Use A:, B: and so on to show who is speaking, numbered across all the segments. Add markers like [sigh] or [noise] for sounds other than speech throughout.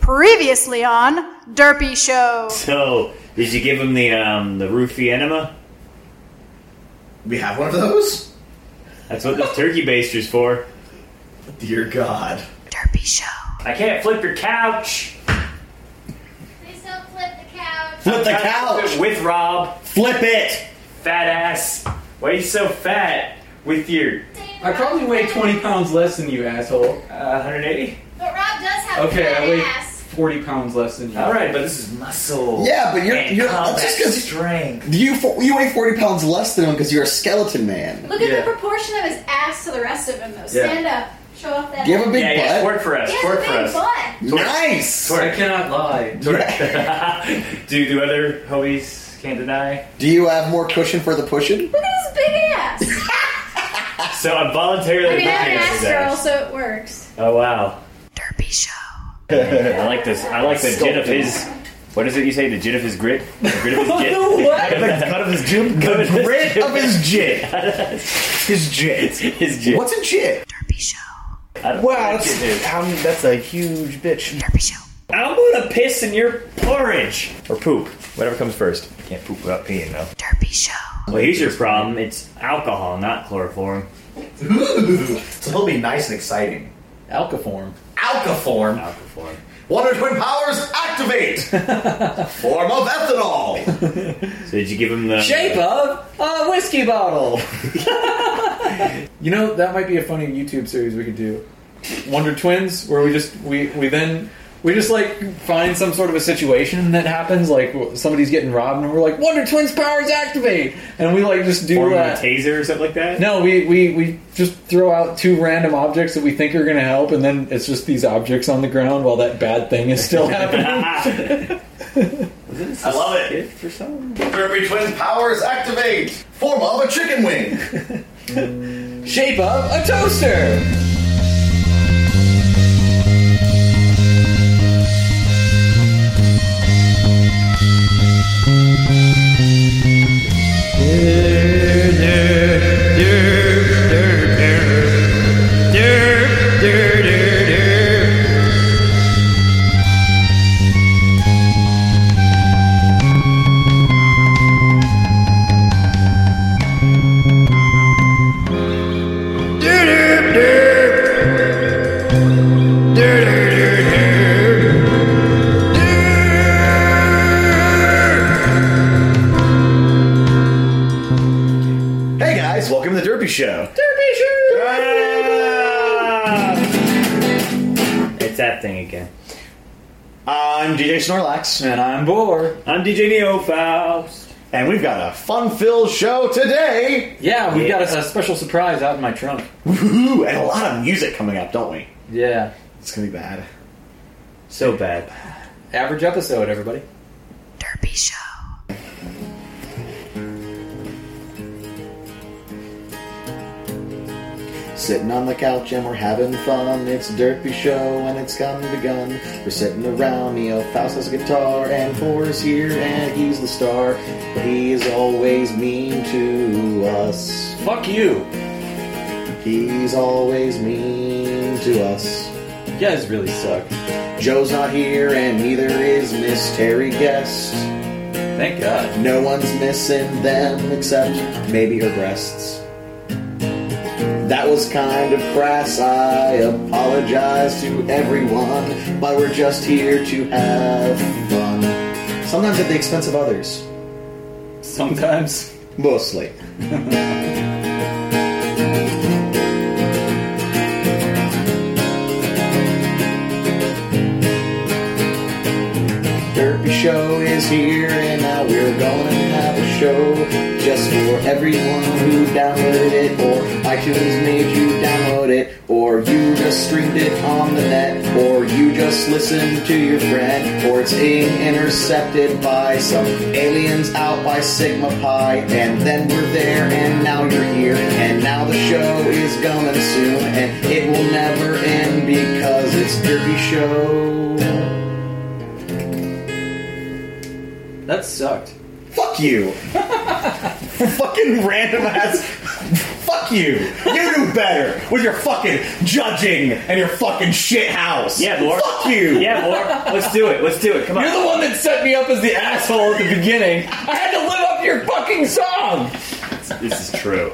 A: Previously on Derpy Show.
B: So, did you give him the um, the roofie enema?
C: We have one of those?
B: That's what the turkey baster's for.
C: Dear God.
A: Derpy Show.
B: I can't flip your couch.
D: Please don't flip the couch.
C: Flip the couch!
B: Flip it with Rob,
C: Flip it!
B: fat ass. Why are you so fat with your
E: I probably weigh 20 pounds less than you, asshole.
B: uh, 180?
D: But Rob does have
E: Okay,
D: a fat
E: I weigh
D: ass.
E: 40 pounds less than you.
B: All right, but this is muscle.
F: Yeah, but you're-
B: and
F: you're- that's
B: combat
F: just 'cause-
B: strength.
F: You fo- you weigh forty pounds less than him because you're a skeleton man.
D: Look at
E: Yeah.
D: the proportion of his ass to the rest of him, though.
E: Yeah.
D: Stand up. Show off that.
F: Do you have a big
B: Yeah, yeah,
F: butt?
B: twerk for us,
D: He has a
B: twerk
D: big
B: for us.
D: butt.
F: Nice.
E: I cannot lie.
F: [laughs]
B: do do other homies can't deny.
F: Do you have more cushion for the pushing?
D: Look at his big
E: [laughs]
D: ass.
B: So I'm voluntarily
D: I mean, I'm an
B: looking at
D: ass
B: his
D: girl,
B: ass.
D: so it works.
B: Oh wow,
A: Derpy Show.
B: I like this. I like the gin of his. What is it you say? The gin of his grit. The grit of his git. [laughs]
C: The cut of his jib.
B: of his
C: The grit
B: jib.
C: of his jib. His jib.
B: his git.
C: What's a jib?
A: Derpy Show.
B: I don't
C: Wow,
B: like it, dude.
C: that's, um, that's a huge [laughs] bitch.
A: Derpy Show.
B: I'm gonna piss in your porridge or poop, whatever comes first. I can't poop without peeing though.
A: Derpy Show.
B: Well, here's your problem. It's alcohol, not chloroform.
C: So he'll be nice and exciting.
G: Alcaform.
C: Alcaform.
B: Alcoform.
C: Wonder Twin powers [laughs] activate! Form of ethanol!
B: So did you give him the
G: Shape of a whiskey
F: [laughs]
G: bottle.
E: You know, that might be a funny YouTube series we could do. Wonder Twins, where we just, we, we then, we just like find some sort of a situation that happens, like somebody's getting robbed and we're like, Wonder Twins powers activate! And we like just do
B: form of a
E: that.
B: taser or something like that?
E: No, we, we, we just throw out two random objects that we think are going to help, and then it's just these objects on the ground while that bad thing is still [laughs] happening.
C: I love it.
B: Good for some.
C: Derpy Twin powers activate! Form of a chicken wing!
G: Shape of a toaster.
C: Hey guys, welcome to the Derpy Show.
B: It's that thing again.
C: I'm DJ Snorlax,
G: And I'm bored.
B: I'm DJ Neo Faust.
C: and we've got a fun-filled show today.
G: Yeah, we've
B: Yeah.
G: got a, a special surprise out in my trunk.
C: Woohoo! And a lot of music coming up, don't we?
G: Yeah.
C: It's gonna be bad.
B: So bad.
G: Average episode, everybody.
A: Derpy Show.
F: Sitting on the couch and we're having fun. It's a derpy show and it's come begun. We're sitting around. Neo Faust has a guitar and Boris here and he's the star. But he is always mean to us.
G: Fuck you.
F: He's always mean to us.
G: You guys really suck.
F: Joe's not here and neither is Miss Terry Guest.
G: Thank God.
F: No one's missing them except maybe her breasts. That was kind of crass. I apologize to everyone, but we're just here to have fun. Sometimes at the expense of others.
H: Sometimes.
F: Mostly. Derpy Show is here, and now we're gonna have a show just for everyone who downloaded it, or iTunes made you download it, or you just streamed it on the net, or you just listened to your friend, or it's being intercepted by some aliens out by Sigma Pi, and then we're there, and now you're here, and now the show is coming soon, and it will never end because it's Derpy Show.
H: That sucked.
F: Fuck
C: [laughs]
F: you.
C: fucking random ass. Fuck you. You knew better with your fucking judging and your fucking shit house.
B: Yeah, Lord.
C: Fuck you.
B: Yeah, Lord. Let's do it. Let's do it. Come on.
E: You're the one that set me up as the asshole at the beginning. I had to live up to your fucking song.
B: This is true.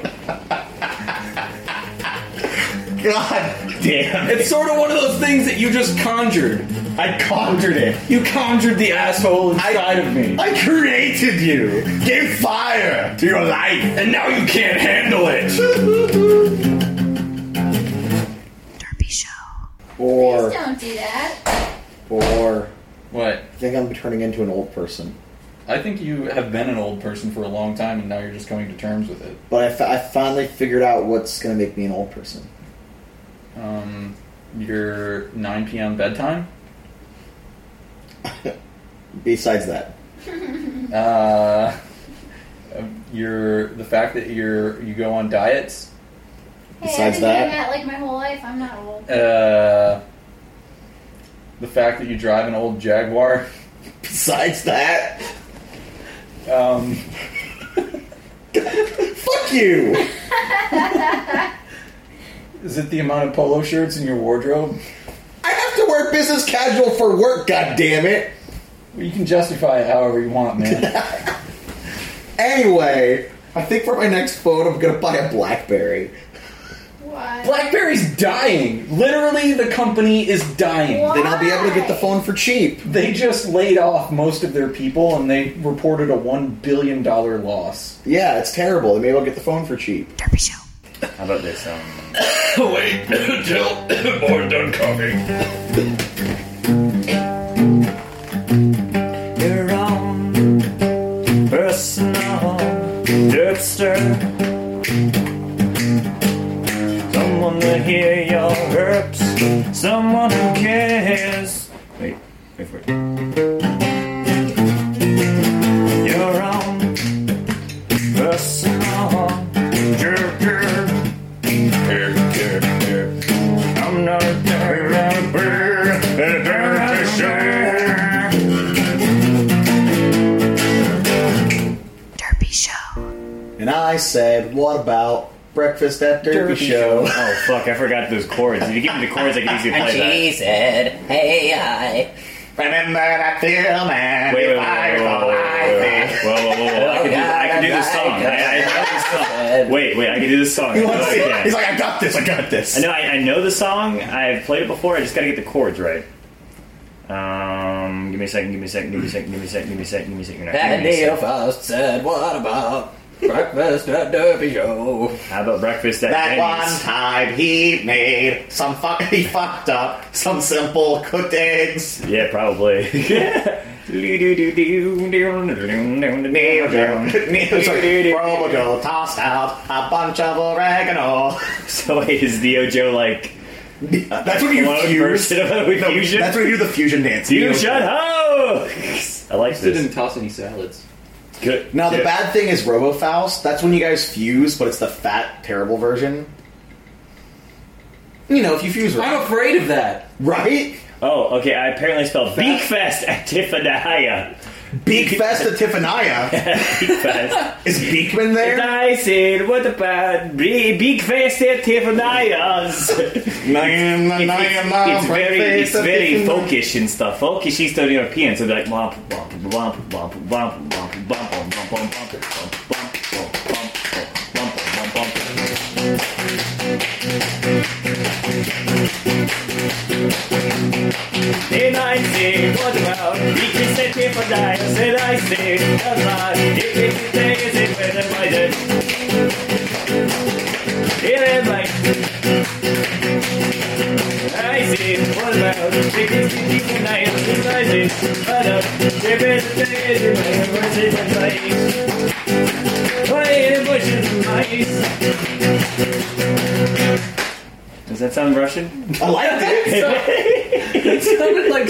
C: God damn it.
E: It's sort of one of those things that you just conjured.
C: I conjured it.
E: You conjured the asshole inside of me.
C: I created you. Gave fire to your life. And now you can't handle it. [laughs]
I: Derpy Show.
F: Or.
A: Please don't do that.
F: Or
E: What?
F: I think I'm turning into an old person.
E: I think you have been an old person for a long time, and now you're just coming to terms with it.
F: But I fi- I finally figured out what's going to make me an old person.
E: Um, your 9 p.m. bedtime.
F: Besides that, [laughs]
E: Uh, um, your the fact that you're you go on diets.
A: Hey,
F: Besides
A: I've been
F: that-
A: doing that like my whole life. I'm not old.
E: Uh, the fact that you drive an old Jaguar. [laughs]
F: besides that,
E: Um,
F: fuck you.
E: is it the amount of polo shirts in your wardrobe?
F: I have to wear business casual for work. God damn it.
E: You can justify it however you want, man.
F: Anyway, I think for my next phone, I'm going to buy a BlackBerry.
A: Why?
E: BlackBerry's dying. Literally, the company is dying.
A: Why?
F: Then I'll be able to get the phone for cheap.
E: They just laid off most of their people and they reported a $1 billion loss.
F: Yeah, it's terrible. Maybe I'll get the phone for cheap.
I: Derpy Show.
B: How about this? Um,
C: Wait until more done coughing.
B: Your own personal dirtster. Someone to hear your herps. Someone who cares. Wait, wait for it. Your own personal jerker. Oh, I'm not a dirtbag.
I: Derpy Show.
F: And I said, what about breakfast at Derby, [laughs] Show?
B: Oh fuck! I forgot those chords. If you give me the chords, I can easily play that.
F: said, hey, I remember that film and
B: Wait, wait, wait, wait, wait, whoa, whoa, whoa, whoa, whoa, whoa, whoa! I can do, I can do this song. I, I know this song. Wait, wait, I can do this song. I know I can.
C: He's like, I got this. I got
B: I
C: this.
B: know, I, I know the song. I've played it before. I just gotta get the chords right. Um, give me a second. Give me a second. Give me a second. Give me a second. Give me a second. Give me a second. You're not giving me a second.
H: First said, what about breakfast at Derby Show?
B: How about breakfast at
F: That one
B: Denny's?
F: time he made some fuck he fucked up some simple cuttings.
B: Yeah, probably. [laughs]
F: Roboto tossed out a bunch of oregano.
B: so wait, is Neo Joe like
C: That's what you
B: one
C: fuse.
B: version of a fusion?
C: That's where you do the fusion dance.
B: You shut up! I like
H: Didn't
B: this.
H: toss any salads.
B: Good.
F: Now the
B: Yeah.
F: bad thing is RoboFaust. That's when you guys fuse, but it's the fat, terrible version. You know, if you fuse right,
H: I'm afraid of that.
F: right?
B: Oh, okay. I apparently spelled Beakfest at Tiffanyaya.
F: Beak
B: [laughs]
F: Fest at Tiffanyia.
B: Beakfest.
F: Is Beekman there?
B: and I said, what about Be- Beakfest at Tiffanyas? [laughs] it's very, it's very folkish and stuff. Folkish Eastern European, so they're like womp womp womp womp womp womp womp womp womp womp womp womp womp womp womp womp womp womp womp womp
G: Lindsay Woodwell. He can set me for die, said I say, the man. If it stays, it will avoid it. Here am I. I see Woodwell. He can see me for die, said I say, but up. If it stays, it will avoid it and fight. Why the bushes and mice?
B: Does that sound Russian?
C: I liked
E: it. it sounded like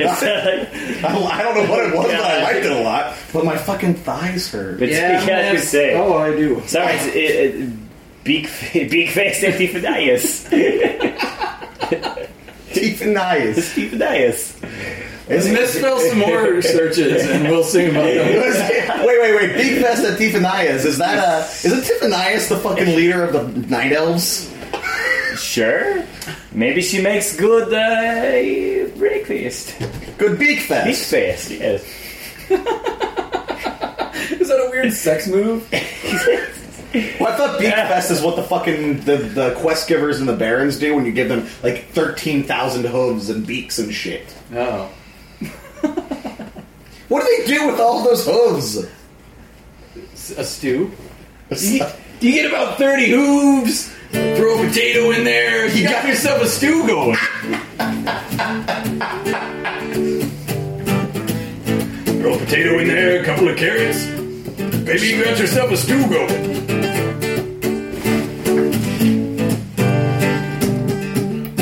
B: [laughs] It
C: I, I don't know what it was, but I liked it a lot.
J: But my fucking thighs hurt.
B: It's
E: Yeah,
B: yeah, I
E: man.
B: could say.
E: Oh, I do.
B: Sorry, it's, it, it, [laughs] beak, beak face
E: [laughs]
B: Epiphanius.
C: Epiphanius.
B: Epiphanius.
E: Let's misspell some more searches and we'll sing about
C: It
E: them.
C: was- wait, wait, wait. Big Fest at Tiphanias. Is that uh is it Tiphanias the fucking leader of the night elves?
B: Sure. Maybe she makes good uh, breakfast.
C: Good Beak
B: Beak
C: Fest.
B: face, yes.
E: [laughs] Is that a weird sex move?
C: Well, I thought Beak Fest is what the fucking the, the quest givers and the barons do when you give them like thirteen thousand hooves and beaks and shit.
E: No.
C: What do they do with all those hooves?
E: S- A stew? You, you get about 30 hooves, throw a potato in there, you got yourself a stew going. throw a potato in there, a couple of carrots. Maybe you got yourself a stew going. [laughs]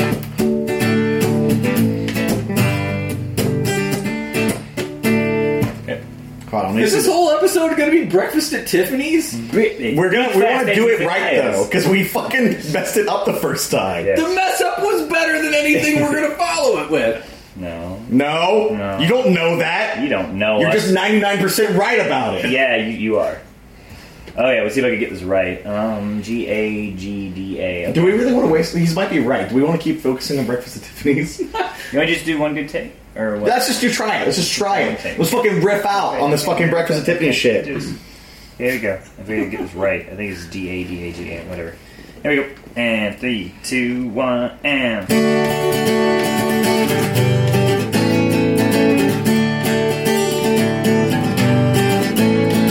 E: Is this whole episode going to be breakfast at Tiffany's?
C: We're gonna we want to do it right though because we fucking messed it up the first time.
B: Yeah.
E: The mess up was better than anything we're going to follow it with.
B: No,
C: No,
B: No.
C: you don't know that.
B: you don't know.
C: You're
B: us.
C: just ninety nine percent right about it.
B: Yeah, you, you are. Oh yeah, let's see if I can get this right. Um, G A G D A. Okay.
C: Do we really want to waste? These might be right. Do we want to keep focusing on breakfast at Tiffany's?
B: You want to just do one good take or what?
C: Let's just do try it. Let's just try it. Let's fucking riff out on this fucking breakfast at Tiffany's shit.
B: Just- There we go. If we can get this right, I think it's D A D A G A, whatever. There we go. And three, two, one, and.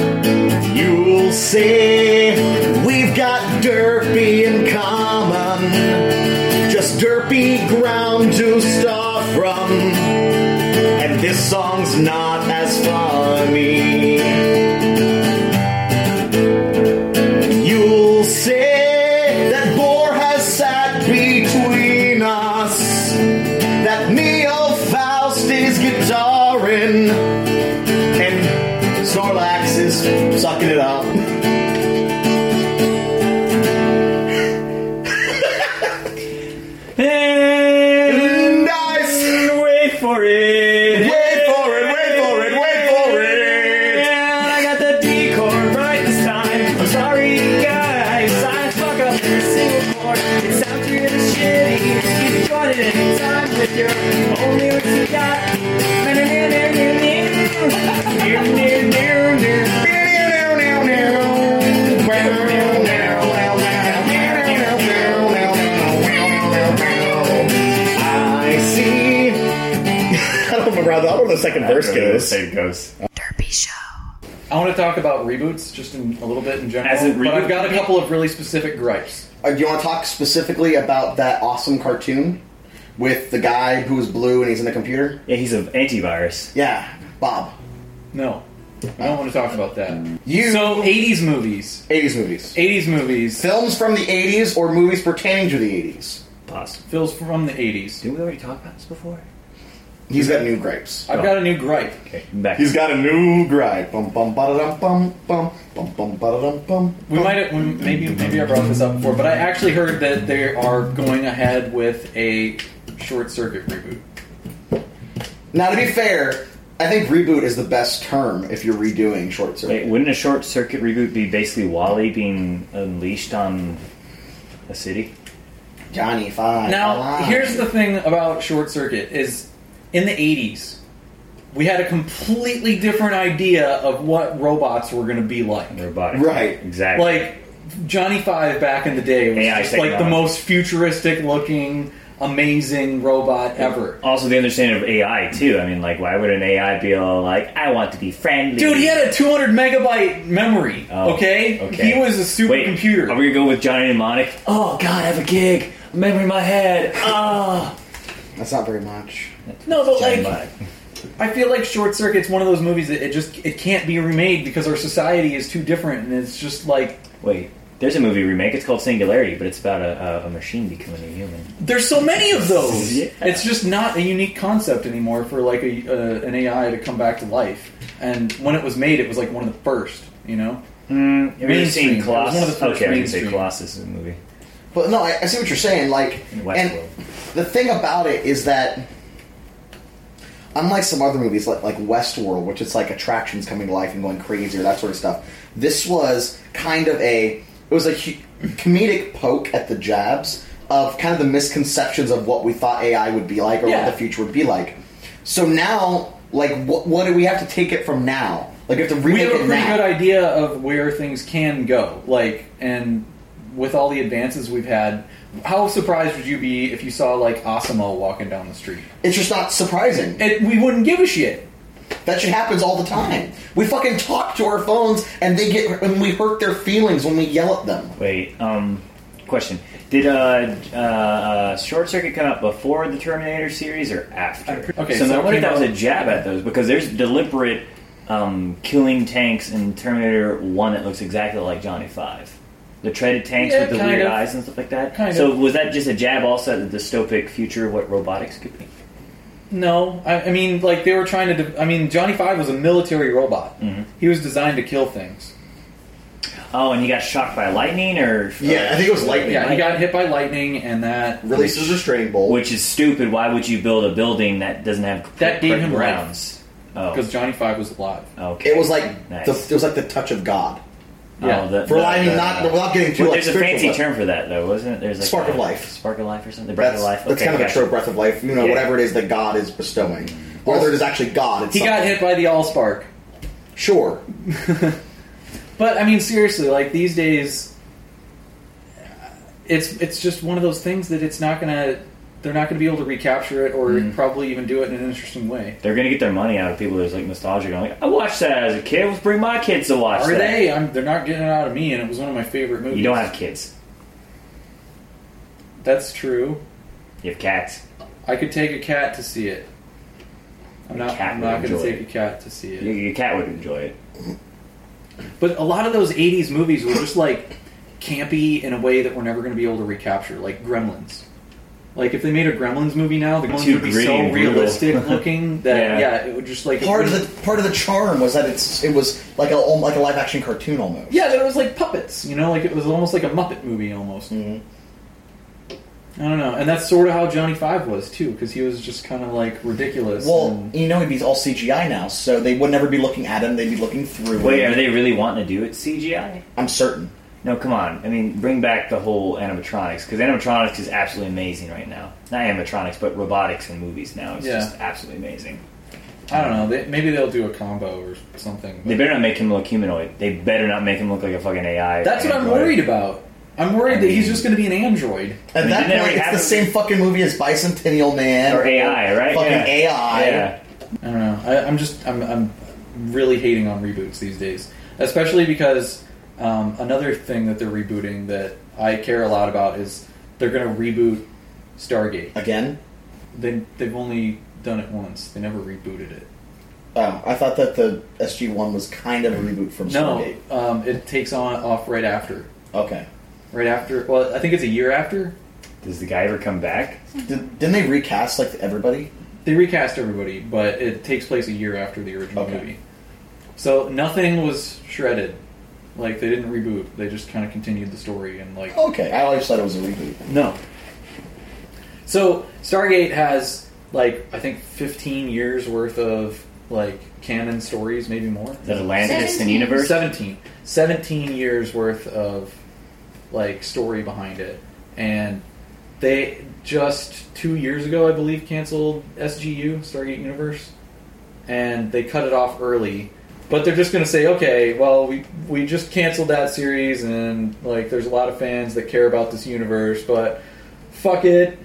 C: You'll see we've got derpy in common. Just derpy ground to start from. And this song's not as funny. You'll say that war has sat between us, that Neo Faust is guitaring, and Snorlax is sucking it up.
B: And
C: Nice!
B: wait for it.
C: Wait for it, wait for it, wait for it!
B: And I got the decor right this time. I'm sorry, guys. I fuck up every single chord. It sounds really shitty. You join it anytime with your own lyrics you got. Near, near, near, near.
C: I see. [laughs] I don't remember how the, I don't know the second verse goes.
B: There it goes.
K: Derpy Show.
E: I want to talk about reboots just in a little bit in general.
B: As a
E: but
B: reboot?
E: I've got a couple of really specific gripes.
C: Uh, do you want to talk specifically about that awesome cartoon with the guy who's blue and he's in the computer?
B: Yeah, he's an antivirus.
C: Yeah, Bob.
E: No. I don't want to talk about that.
C: You
E: So, 80s movies.
C: 80s movies.
E: 80s movies.
C: Films from the 80s or movies pertaining to the 80s.
B: Possible.
E: Phil's from the 80s.
B: Didn't we already talk about this before?
C: He's got new gripes.
E: I've got a new gripe.
B: Okay, back.
C: He's got a new gripe. Bum bum ba dum bum bum bum bum ba dum bum.
E: We might have, we- maybe maybe I brought this up before, but I actually heard that they are going ahead with a short circuit reboot.
C: Now to be fair, I think reboot is the best term if you're redoing short
B: Wait,
C: circuit.
B: wouldn't a short circuit reboot be basically Wally being unleashed on a city?
C: Johnny Five.
E: Now,
C: alive.
E: here's the thing about Short Circuit is in the 80s, we had a completely different idea of what robots were going to be like.
B: Robotic.
C: Right.
B: Exactly.
E: Like Johnny Five back in the day was
B: AI
E: just like the
B: technology.
E: most futuristic looking amazing robot ever.
B: Also, the understanding of AI too. I mean, like, why would an AI be all like, "I want to be friendly"?
E: Dude, he had a 200 megabyte memory.
B: Oh,
E: okay?
B: okay.
E: he was a supercomputer.
B: Are we gonna go with Johnny Mnemonic? Oh God, I have a gig. Memory in my head. Ah.
F: That's not very much.
E: No, but
B: Johnny
E: like, I feel like Short Circuit's one of those movies that it just it can't be remade because our society is too different, and it's just like
B: Wait, there's a movie remake. It's called Singularity, but it's about a, a, a machine becoming a human.
E: there's so many of those. It's just not a unique concept anymore for like a, uh, an AI to come back to life. And when it was made, it was like one of the first. You know,
B: Mm, have you
E: Mainstream. It
B: seen
E: was
B: Colossus?
E: one of the first
B: okay, I was gonna say
E: mainstream.
B: Colossus is a movie.
F: But no, I, I see what you're saying. Like,
B: Westworld.
F: and the thing about it is that, unlike some other movies like like Westworld, which it's like attractions coming to life and going crazy or that sort of stuff, this was kind of a it was a hu- comedic poke at the jabs of kind of the misconceptions of what we thought AI would be like or
E: Yeah.
F: what the future would be like. So now, like, what, what do we have to take it from now? Like, we have to
E: we
F: remake
E: have a
F: it
E: pretty
F: now.
E: good idea of where things can go. Like, and with all the advances we've had, how surprised would you be if you saw like Osimo walking down the street?
F: It's just not surprising.
E: It, we wouldn't give a shit.
F: That shit happens all the time. We fucking talk to our phones, and they get and we hurt their feelings when we yell at them.
B: Wait, um, question: Did uh, uh, uh, Short Circuit come out before the Terminator series or after?
E: okay,
B: so,
E: so
B: I
E: it
B: wonder if
E: came
B: that was a
E: out-
B: jab at those because there's deliberate um, killing tanks in Terminator One that looks exactly like Johnny Five. The treaded tanks
E: Yeah,
B: with the
E: kind
B: weird
E: of.
B: eyes and stuff like that.
E: Kind
B: so
E: of.
B: was that just a jab also at the dystopic future of what robotics could be?
E: No, I, I mean, like they were trying to. De- I mean, Johnny Five was a military robot.
B: Mhm.
E: He was designed to kill things.
B: Oh, and he got shocked by lightning, or
C: Yeah, I think it was lightning.
E: Yeah, he got hit by lightning, and that
C: Releases a restraining bolt.
B: [laughs] which is stupid. Why would you build a building that doesn't have
E: that gave him life
B: rounds? Oh,
E: because Johnny Five was alive.
B: okay.
F: It was like
B: Nice.
F: the, it was like the touch of God.
E: Yeah.
B: Oh, the,
F: For
B: the-
F: I mean,
B: the-
F: not without getting too
B: Well,
F: like
B: there's a
F: spiritual,
B: fancy
F: but
B: term for that, though, wasn't it? There's like
F: Spark of
B: a-
F: life.
B: spark of life, or something. The breath
F: That's,
B: of life.
F: that's
B: Okay,
F: kind of a
B: gotcha.
F: true breath of life. You know,
B: Yeah.
F: whatever it is that God is bestowing, whether it is actually God. It's
E: He got hit by the Allspark.
F: hit. Sure,
E: But I mean, seriously, like these days, it's it's just one of those things that it's not gonna. They're not gonna be able to recapture it, or
B: Mm-hmm.
E: probably even do it in an interesting way.
B: They're gonna get their money out of people who's like nostalgic. I'm like, I watched that as a kid. Let's bring my kids to watch
E: Are
B: that.
E: they? I'm, they're not getting it out of me, and it was one of my favorite movies.
B: You don't have kids.
E: That's true.
B: You have cats.
E: I could take a cat to see it. I'm not.
B: cat
E: I'm
B: would
E: not going to
B: enjoy
E: take a cat to see it.
B: Your, your cat would enjoy it.
E: But a lot of those '80s movies were just like campy in a way that we're never going to be able to recapture, like Gremlins. Like if they made a Gremlins movie now, the Gremlins
B: Too
E: would be
B: gritty
E: so
B: and brutal. [laughs]
E: realistic looking that yeah.
B: Yeah.
E: it would just like
F: part
E: it
F: of
E: would-
F: the part of the charm was that it's it was like a like a live action cartoon almost.
E: yeah, that it was like puppets. You know, like it was almost like a Muppet movie almost.
B: Mm-hmm.
E: I don't know, and that's sort of how Johnny Five was too, because he was just kind of like ridiculous.
F: Well,
E: and-
F: you know, it'd be all CGI now, so they would never be looking at him. They'd be looking through.
B: Wait,
F: him.
B: are they really wanting to do it CGI?
F: I'm certain.
B: No, come on. I mean, bring back the whole animatronics because animatronics is absolutely amazing right now. Not animatronics, but robotics in movies now is
E: Yeah.
B: just absolutely amazing.
E: I don't know. They, maybe they'll do a combo or something.
B: They better not make him look humanoid. They better not make him look like a fucking AI.
E: That's what I'm worried about. I'm worried that he's just going to be an android.
F: At
B: I mean,
F: that
B: didn't that
F: point,
B: already
F: it's the
B: happen?
F: same fucking movie as Bicentennial Man
B: Or AI, right?
F: Fucking
B: Yeah.
F: AI.
B: Yeah.
E: I don't know. I, I'm just I'm, I'm really hating on reboots these days, especially because um, another thing that they're rebooting that I care a lot about is they're going to reboot Stargate.
F: Again,
E: They they've only done it once. They never rebooted it.
F: oh, I thought that the SG One was kind of a reboot from
E: No,
F: Stargate.
E: um, it takes on off right after.
F: Okay,
E: Right after. Well, I think it's a year after.
B: Does the guy ever come back?
F: Did, didn't they recast like everybody?
E: They recast everybody, but it takes place a year after the original
F: Okay.
E: movie. So nothing was shredded. Like they didn't reboot. They just kind of continued the story and like
F: Okay, I always thought it was a reboot.
E: no. So Stargate has like I think 15 years worth of like canon stories, maybe more.
B: Is that Atlantis and
D: Seventeen.
B: universe?
E: 17 17 years worth of like story behind it and they just two years ago i believe canceled sgu stargate universe and they cut it off early but they're just going to say okay well we, we just canceled that series and like there's a lot of fans that care about this universe but fuck it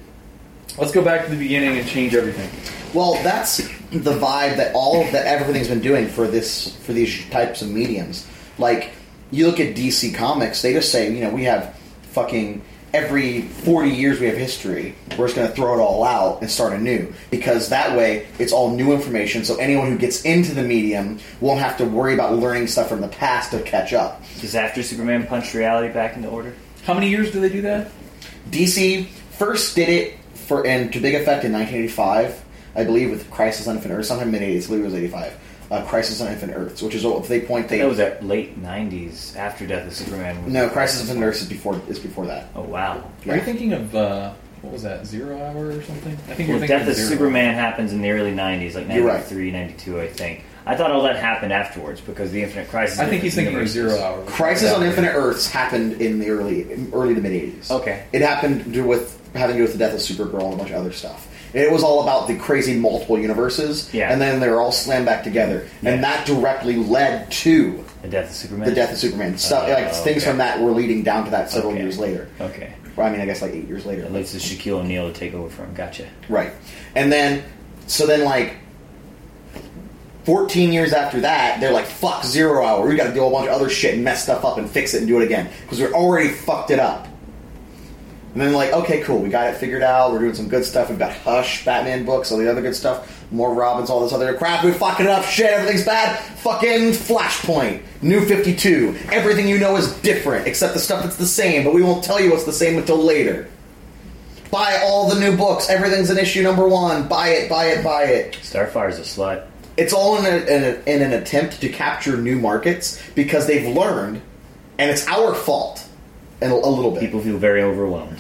E: Let's go back to the beginning and change everything.
F: Well, that's the vibe that all of that everything's been doing for this for these types of mediums. Like you look at DC Comics, they just say, you know, we have fucking every 40 years we have history. We're just going to throw it all out and start anew because that way it's all new information. So anyone who gets into the medium won't have to worry about learning stuff from the past to catch up.
B: Just after Superman punched reality back into order.
E: How many years do they do that?
F: DC first did it for and to big effect in 1985, I believe, with Crisis on Infinite Earth. Sometime mid 80s, I believe it was 85. Uh, Crisis on Infinite Earths, which is what if they point they
B: That was at late '90s, after Death of Superman. Was
F: no Crisis on Infinite Earths is before is before that.
B: Oh wow!
E: Are you thinking of uh, what was that Zero Hour or something? I think
B: well,
E: you're thinking
B: Death of
E: Zero.
B: Superman happens in the early '90s, like
E: You're right.
B: '93, '92, I think. I thought all that happened afterwards because the Infinite Crisis.
E: I think he's thinking of Zero Hour.
F: Crisis on Infinite Earths happened in the early early to mid 80s.
B: Okay.
F: It happened to, with having to do with the death of Supergirl and a bunch of other stuff. It was all about the crazy multiple universes,
B: Yeah.
F: and then they were all slammed back together, and that directly led to
B: The Death of Superman.
F: the death of Superman. So,
B: Oh,
F: like things
B: okay.
F: from that were leading down to that several years later.
B: Okay.
F: Well, I mean, I guess like eight years later.
B: It leads to Shaquille O'Neal to take over from. Gotcha.
F: Right. And then, so then, like, 14 years after that, they're like, fuck, zero hour. We gotta do a bunch of other shit and mess stuff up and fix it and do it again. Because we already fucked it up. And then, like, okay, cool, we got it figured out. We're doing some good stuff. We've got Hush, Batman books, all the other good stuff. More Robins, all this other crap. We fucking up shit. Everything's bad. Fucking Flashpoint, New 52. Everything you know is different, except the stuff that's the same, but we won't tell you what's the same until later. Buy all the new books. Everything's an issue number one. Buy it, buy it, buy it.
B: Starfire's a slut.
F: It's all in, a, in, a, in an attempt to capture new markets because they've learned, and it's our fault. And a, a little bit.
B: People feel very overwhelmed.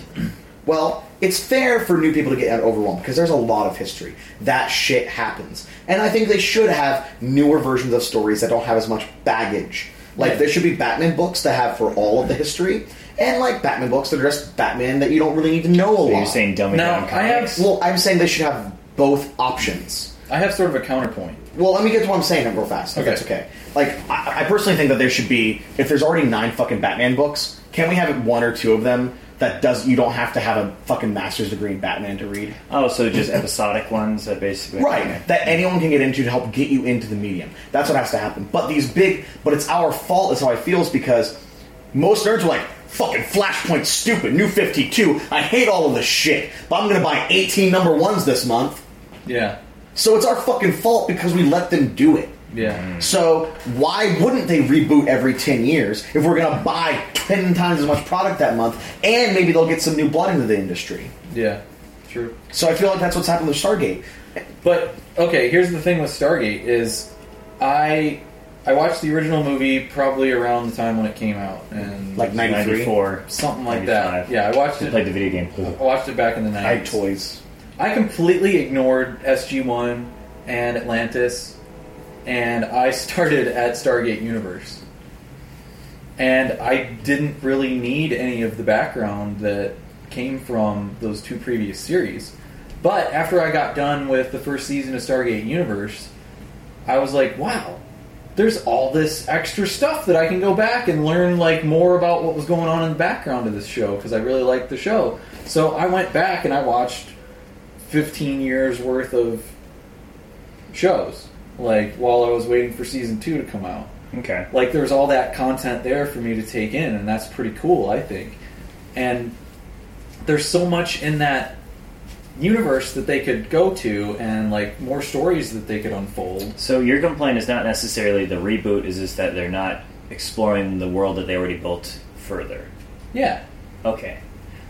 F: Well, it's fair for new people to get overwhelmed because there's a lot of history. That shit happens, and I think they should have newer versions of stories that don't have as much baggage. Like there should be Batman books that have for all of the history, and like Batman books that are just Batman that you don't really need to know a lot.
B: you're saying dumb and No, dumb I
F: have. Well, I'm saying they should have both options.
E: I have sort of a counterpoint.
F: Well, let me get to what I'm saying real fast. If
E: Okay.
F: that's okay. Like, I, I personally think that there should be if there's already nine fucking Batman books, can we have one or two of them that does you don't have to have a fucking master's degree in Batman to read?
B: Oh, so just episodic ones that basically.
F: Right, that anyone can get into to help get you into the medium. That's what has to happen. But these big, but it's our fault. Is how I feel is because most nerds are like fucking Flashpoint, stupid, New Fifty Two. I hate all of this shit, but I'm gonna buy 18 number ones this month.
E: Yeah.
F: So it's our fucking fault because we let them do it.
B: Mm.
E: Yeah.
F: So why wouldn't they reboot every 10 years if we're going to buy 10 times as much product that month and maybe they'll get some new blood into the industry?
E: Yeah. True.
F: So I feel like that's what's happened with Stargate.
E: But okay, here's the thing with Stargate is I I watched the original movie probably around the time when it came out and
F: Like 93?
B: 94,
E: something like that. Yeah, I watched
B: I
E: it. Oh.
B: played the video game.
E: I watched it back in the 90s.
F: I had toys.
E: I completely ignored SG1 and Atlantis, and I [laughs] started at Stargate Universe. And I didn't really need any of the background that came from those two previous series. But after I got done with the first season of Stargate Universe, I was like, wow, there's all this extra stuff that I can go back and learn like more about what was going on in the background of this show because I really liked the show. So I went back and I watched 15 years worth of shows like while I was waiting for season 2 to come out.
B: Okay.
E: Like there's all that content there for me to take in and that's pretty cool, I think. And there's so much in that universe that they could go to and like more stories that they could unfold.
B: So your complaint is not necessarily the reboot; is just that they're not exploring the world that they already built further.
E: Yeah.
B: Okay.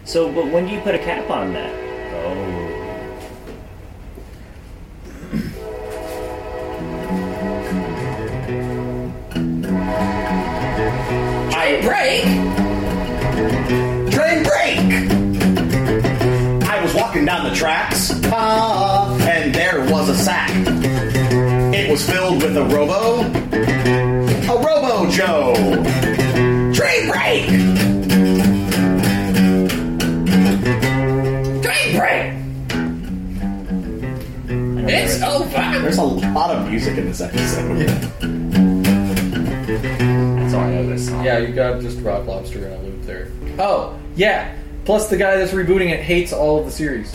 B: So, but when do you put a cap on that? Oh.
G: Train break.
F: Train break! I was walking down the tracks, ah, and there was a sack. It was filled with a robo, a robo Joe. Train break!
G: Train break. It's over.
F: There's a lot of music in this episode.
B: That's all I know this song.
E: Yeah, you got just Rock Lobster in a loop there. Oh, yeah. Plus the guy that's rebooting it hates all of the series.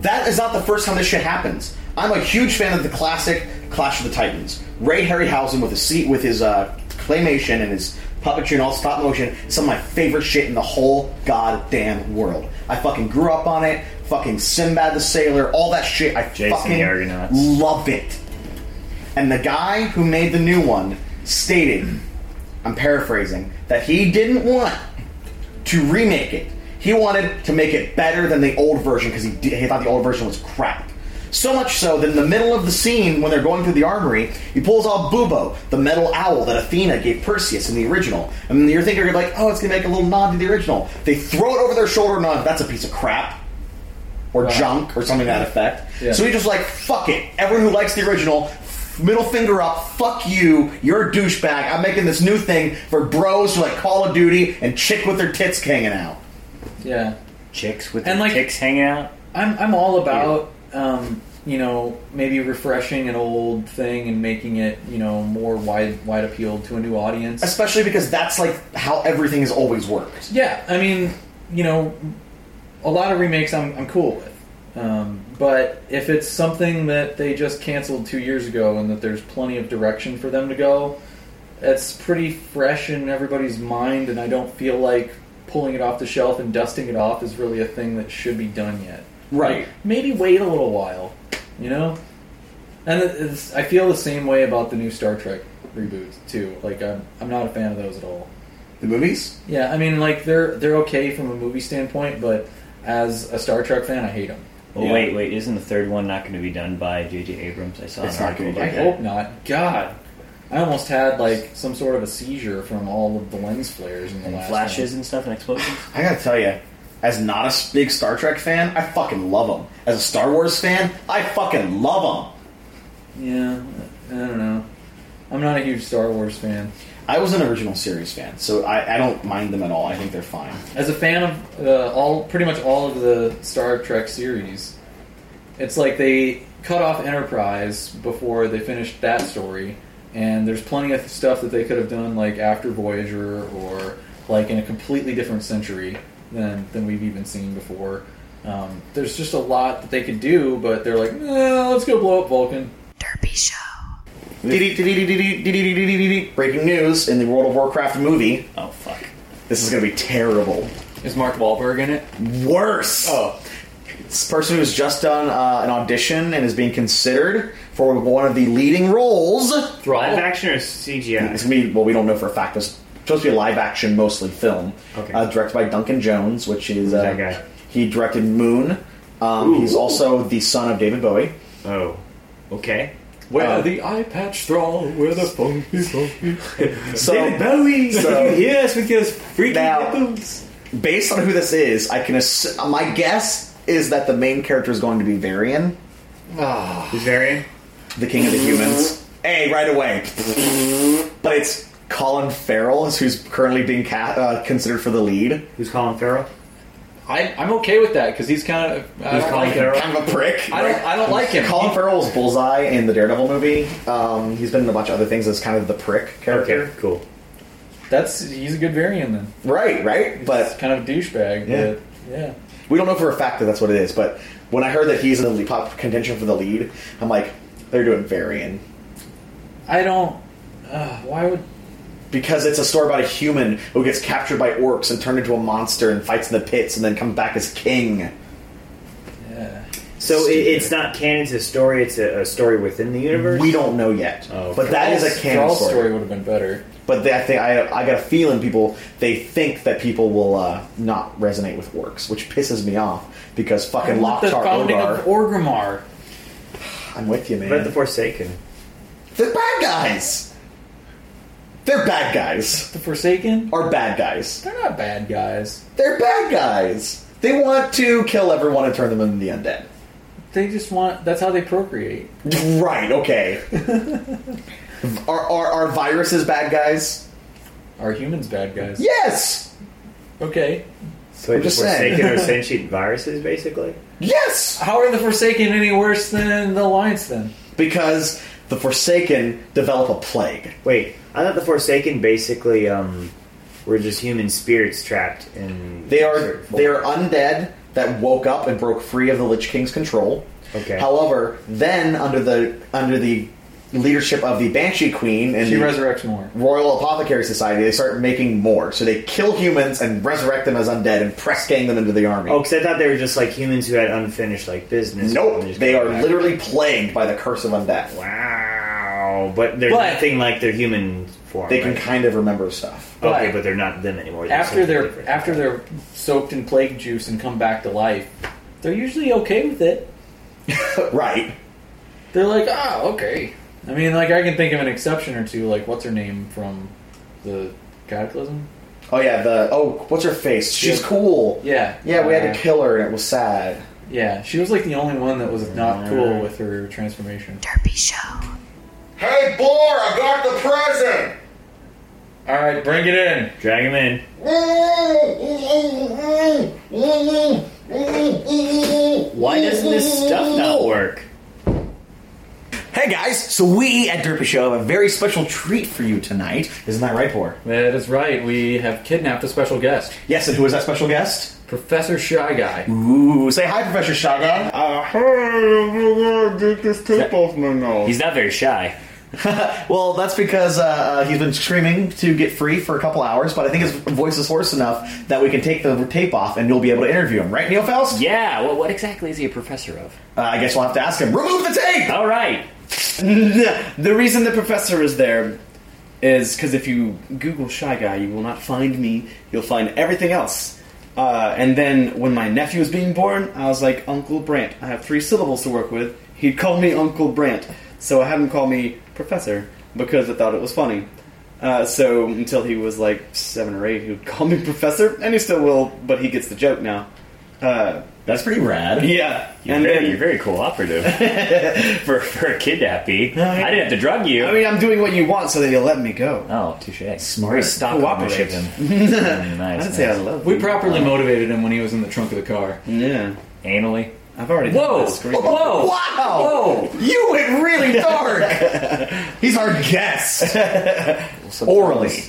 C: That is not the first time this shit happens. I'm a huge fan of the classic Clash of the Titans. Ray Harryhausen with his seat, with his uh, claymation and his puppetry and all stop motion is some of my favorite shit in the whole goddamn world. I fucking grew up on it. Fucking Sinbad the Sailor, all that shit. I
B: Jason the Argonauts.
C: fucking love it. And the guy who made the new one stated, I'm paraphrasing, that he didn't want to remake it. He wanted to make it better than the old version because he, did- he thought the old version was crap. So much so that in the middle of the scene, when they're going through the armory, he pulls out Bubo, the metal owl that Athena gave Perseus in the original. And you're thinking, you're like, oh, it's going to make a little nod to the original. They throw it over their shoulder and nod, that's a piece of crap. Or junk, or something to that effect.
F: Yeah.
C: So he just like, fuck it. Everyone who likes the original, middle finger up, fuck you, you're a douchebag. I'm making this new thing for bros who like Call of Duty and chick with their tits hanging out.
E: Yeah.
B: Chicks with
E: And,
B: their
E: like-
B: chicks hanging out.
E: I'm I'm all about um, you know maybe refreshing an old thing and making it you know more wide wide appealed to a new audience.
C: Especially because that's like how everything has always worked.
E: Yeah, I mean you know a lot of remakes I'm I'm cool with. Um, but if it's something that they just canceled two years ago and that there's plenty of direction for them to go, it's pretty fresh in everybody's mind, and I don't feel like pulling it off the shelf and dusting it off is really a thing that should be done yet.
C: Right.
E: Maybe wait a little while, you know? And it- it's, I feel the same way about the new Star Trek reboots, too. Like, I'm, I'm not a fan of those at all.
C: The movies?
E: Yeah, I mean, like, they're, they're okay from a movie standpoint, but as a Star Trek fan, I hate them.
B: Well, Oh, wait, wait. Isn't the third one not going to be done by J.J. Abrams? I saw
E: It's
B: an
E: not
B: article
E: going to. I
B: about that.
E: hope not. God, I almost had like some sort of a seizure from all of the lens flares and the last
B: Flashes and stuff and explosions.
C: I gotta tell you, as not a s- big Star Trek fan, I fucking love them. As a Star Wars fan, I fucking love
E: one. Yeah, I don't know. I'm not a huge Star Wars fan.
C: them. I was an original series fan, so I, I don't mind them at all. I think they're fine.
E: As a fan of uh, all, pretty much all of the Star Trek series, it's like they cut off Enterprise before they finished that story, and there's plenty of stuff that they could have done like after Voyager or like in a completely different century than than we've even seen before. Um, there's just a lot that they could do, but they're like, no, let's go blow up Vulcan.
C: Derpy Show. Breaking news in the World of Warcraft movie.
B: Oh, fuck.
C: This is gonna be terrible.
E: Is Mark Wahlberg in it?
C: Worse! Oh. This person who's just done uh, an audition and is being considered for one of the leading roles.
L: Live action or CGI?
C: It's gonna be well, we don't know for a fact. It's supposed to be a live action, mostly film.
L: Okay.
C: Uh, directed by Duncan Jones, which is uh,
L: that guy?
C: He directed Moon. Um, he's
L: Ooh.
C: also the son of David Bowie. Um,
L: Oh, okay.
C: Where
E: the eye patch throng, where the funky funky.
C: [laughs] So,
L: David Bowie, you
E: [laughs]
L: hear us with those freaky
C: now, Based on who this is, I can. Ass- my guess is that the main character is going to be Varian,
L: Who's Varian?
C: the king of the
E: Mm-hmm.
C: humans. hey, right away. but it's Colin Farrell is who's currently being ca- uh, considered for the lead.
L: Who's Colin Farrell?
E: I, I'm okay with that because he's kind of I
C: He's
E: don't
C: Colin
E: like him.
C: Farrell. Kind of a prick.
E: I don't, I don't like him.
C: Colin Farrell was Bullseye in the Daredevil movie. Um, he's been in a bunch of other things as kind of the prick character.
L: Okay, cool.
E: That's he's a good variant then.
C: Right, right. but
E: kind of a douchebag.
C: Yeah.
E: But yeah.
C: We don't know for a fact that that's what it is. But when I heard that he's in the lead, pop contention for the lead, I'm like, they're doing Varian
E: I don't. Uh, why would?
C: because it's a story about a human who gets captured by orcs and turned into a monster and fights in the pits and then comes back as king.
E: Yeah.
L: So it, it's not canon to the story; it's a, a story within the universe.
C: We don't know yet,
L: Oh,
C: but that is a canon
E: Thrall's
C: story.
E: story would have been better.
C: But they, I think I, I got a feeling people they think that people will uh, not resonate with orcs, which pisses me off because fucking
E: I want the
C: Locktar
E: founding
C: Ogar.
E: of Orgrimmar.
C: I'm with you, man.
L: But the Forsaken.
C: They're bad guys. They're bad guys.
E: The Forsaken
C: Are bad guys.
E: They're not bad guys.
C: They're bad guys. They want to kill everyone and turn them into the undead.
E: They just want. That's how they procreate.
C: Right.
E: [laughs]
C: Okay. are, are are viruses bad guys?
E: Are humans bad guys?
C: Yes.
E: Okay.
L: So
C: I'm
L: the
C: just saying.
L: Forsaken are
C: [laughs]
L: sentient viruses, basically.
C: Yes.
E: How are the Forsaken any worse than the Alliance then?
C: Because the Forsaken develop a plague.
L: Wait, I thought the Forsaken basically um, were just human spirits trapped in.
C: They are they are undead that woke up and broke free of the Lich King's control.
L: Okay.
C: However, then under the under the leadership of the Banshee Queen and
E: She
C: the
E: resurrects more.
C: Royal Apothecary Society, they start making more. So they kill humans and resurrect them as undead and press gang them into the army.
L: Oh, because I thought they were just like humans who had unfinished like business.
C: Nope,
L: And just
C: they
L: got
C: are
L: back.
C: literally plagued by the curse of undeath.
L: Wow, but they're
C: But-
L: nothing like their human form.
C: They can
L: right?
C: kind of remember stuff.
L: okay, but they're not them anymore. They're
E: After
L: something
E: they're
L: different.
E: after they're soaked in plague juice and come back to life, they're usually okay with it.
C: right.
E: They're like, oh, okay. I mean, like I can think of an exception or two. Like, what's her name from the Cataclysm?
C: Oh yeah, the oh, what's her face? She's cool.
E: Yeah.
C: Yeah, we had
E: Yeah.
C: to kill her, and it was sad.
E: Yeah, she was like the only one that was not cool with her transformation.
M: Derpy Show.
N: Hey, boy, I got the present!
E: All right, bring it in.
L: Drag him in.
N: Why doesn't this stuff not
L: work?
C: Hey guys, so we at Derpy Show have a very special treat for you tonight. Isn't that right, Poor?
E: That is right. We have kidnapped a special guest.
C: Yes, and who is that special guest?
E: Professor Shy Guy.
C: Ooh, say hi, Professor Shy Guy.
N: Uh, hey, I'm gonna get this tape off my nose.
B: He's not very shy.
C: well, that's because uh, uh, he's been screaming to get free for a couple hours, but I think his voice is hoarse enough that we can take the tape off and you'll be able to interview him, right, Neil Faust?
B: Yeah. Well, what exactly is he a professor of?
C: Uh, I guess we'll have to ask him. Remove the tape!
B: All right.
O: [laughs] the reason the professor is there is because if you Google Shy Guy, you will not find me. You'll find everything else. Uh, and then when my nephew was being born, I was like, Uncle Brant. I have three syllables to work with. He'd call me Uncle Brant. So I had him call me Professor because I thought it was funny. Uh, so until he was like seven or eight, he would [laughs] call me Professor, and he still will, but he gets the joke now. Uh,
C: That's pretty rad.
O: Yeah.
B: You're,
O: And
B: very,
O: then-
B: you're very
O: [laughs]
B: cooperative for for a kid to have be. I didn't have to drug you.
O: I mean, I'm doing what you want so that you'll let me go.
B: Oh, touche.
O: Smart.
B: Very Mm, Stockholm
O: Cooperate.
B: of
O: [laughs] I didn't say I love
E: We
O: you.
E: properly motivated him when he was in the trunk of the car.
O: Yeah.
B: Anally.
O: I've already done
E: Whoa!
O: this.
E: Whoa!
C: Wow!
E: Whoa!
C: You went [laughs] really dark! He's our [laughs] guest! [laughs] Orally.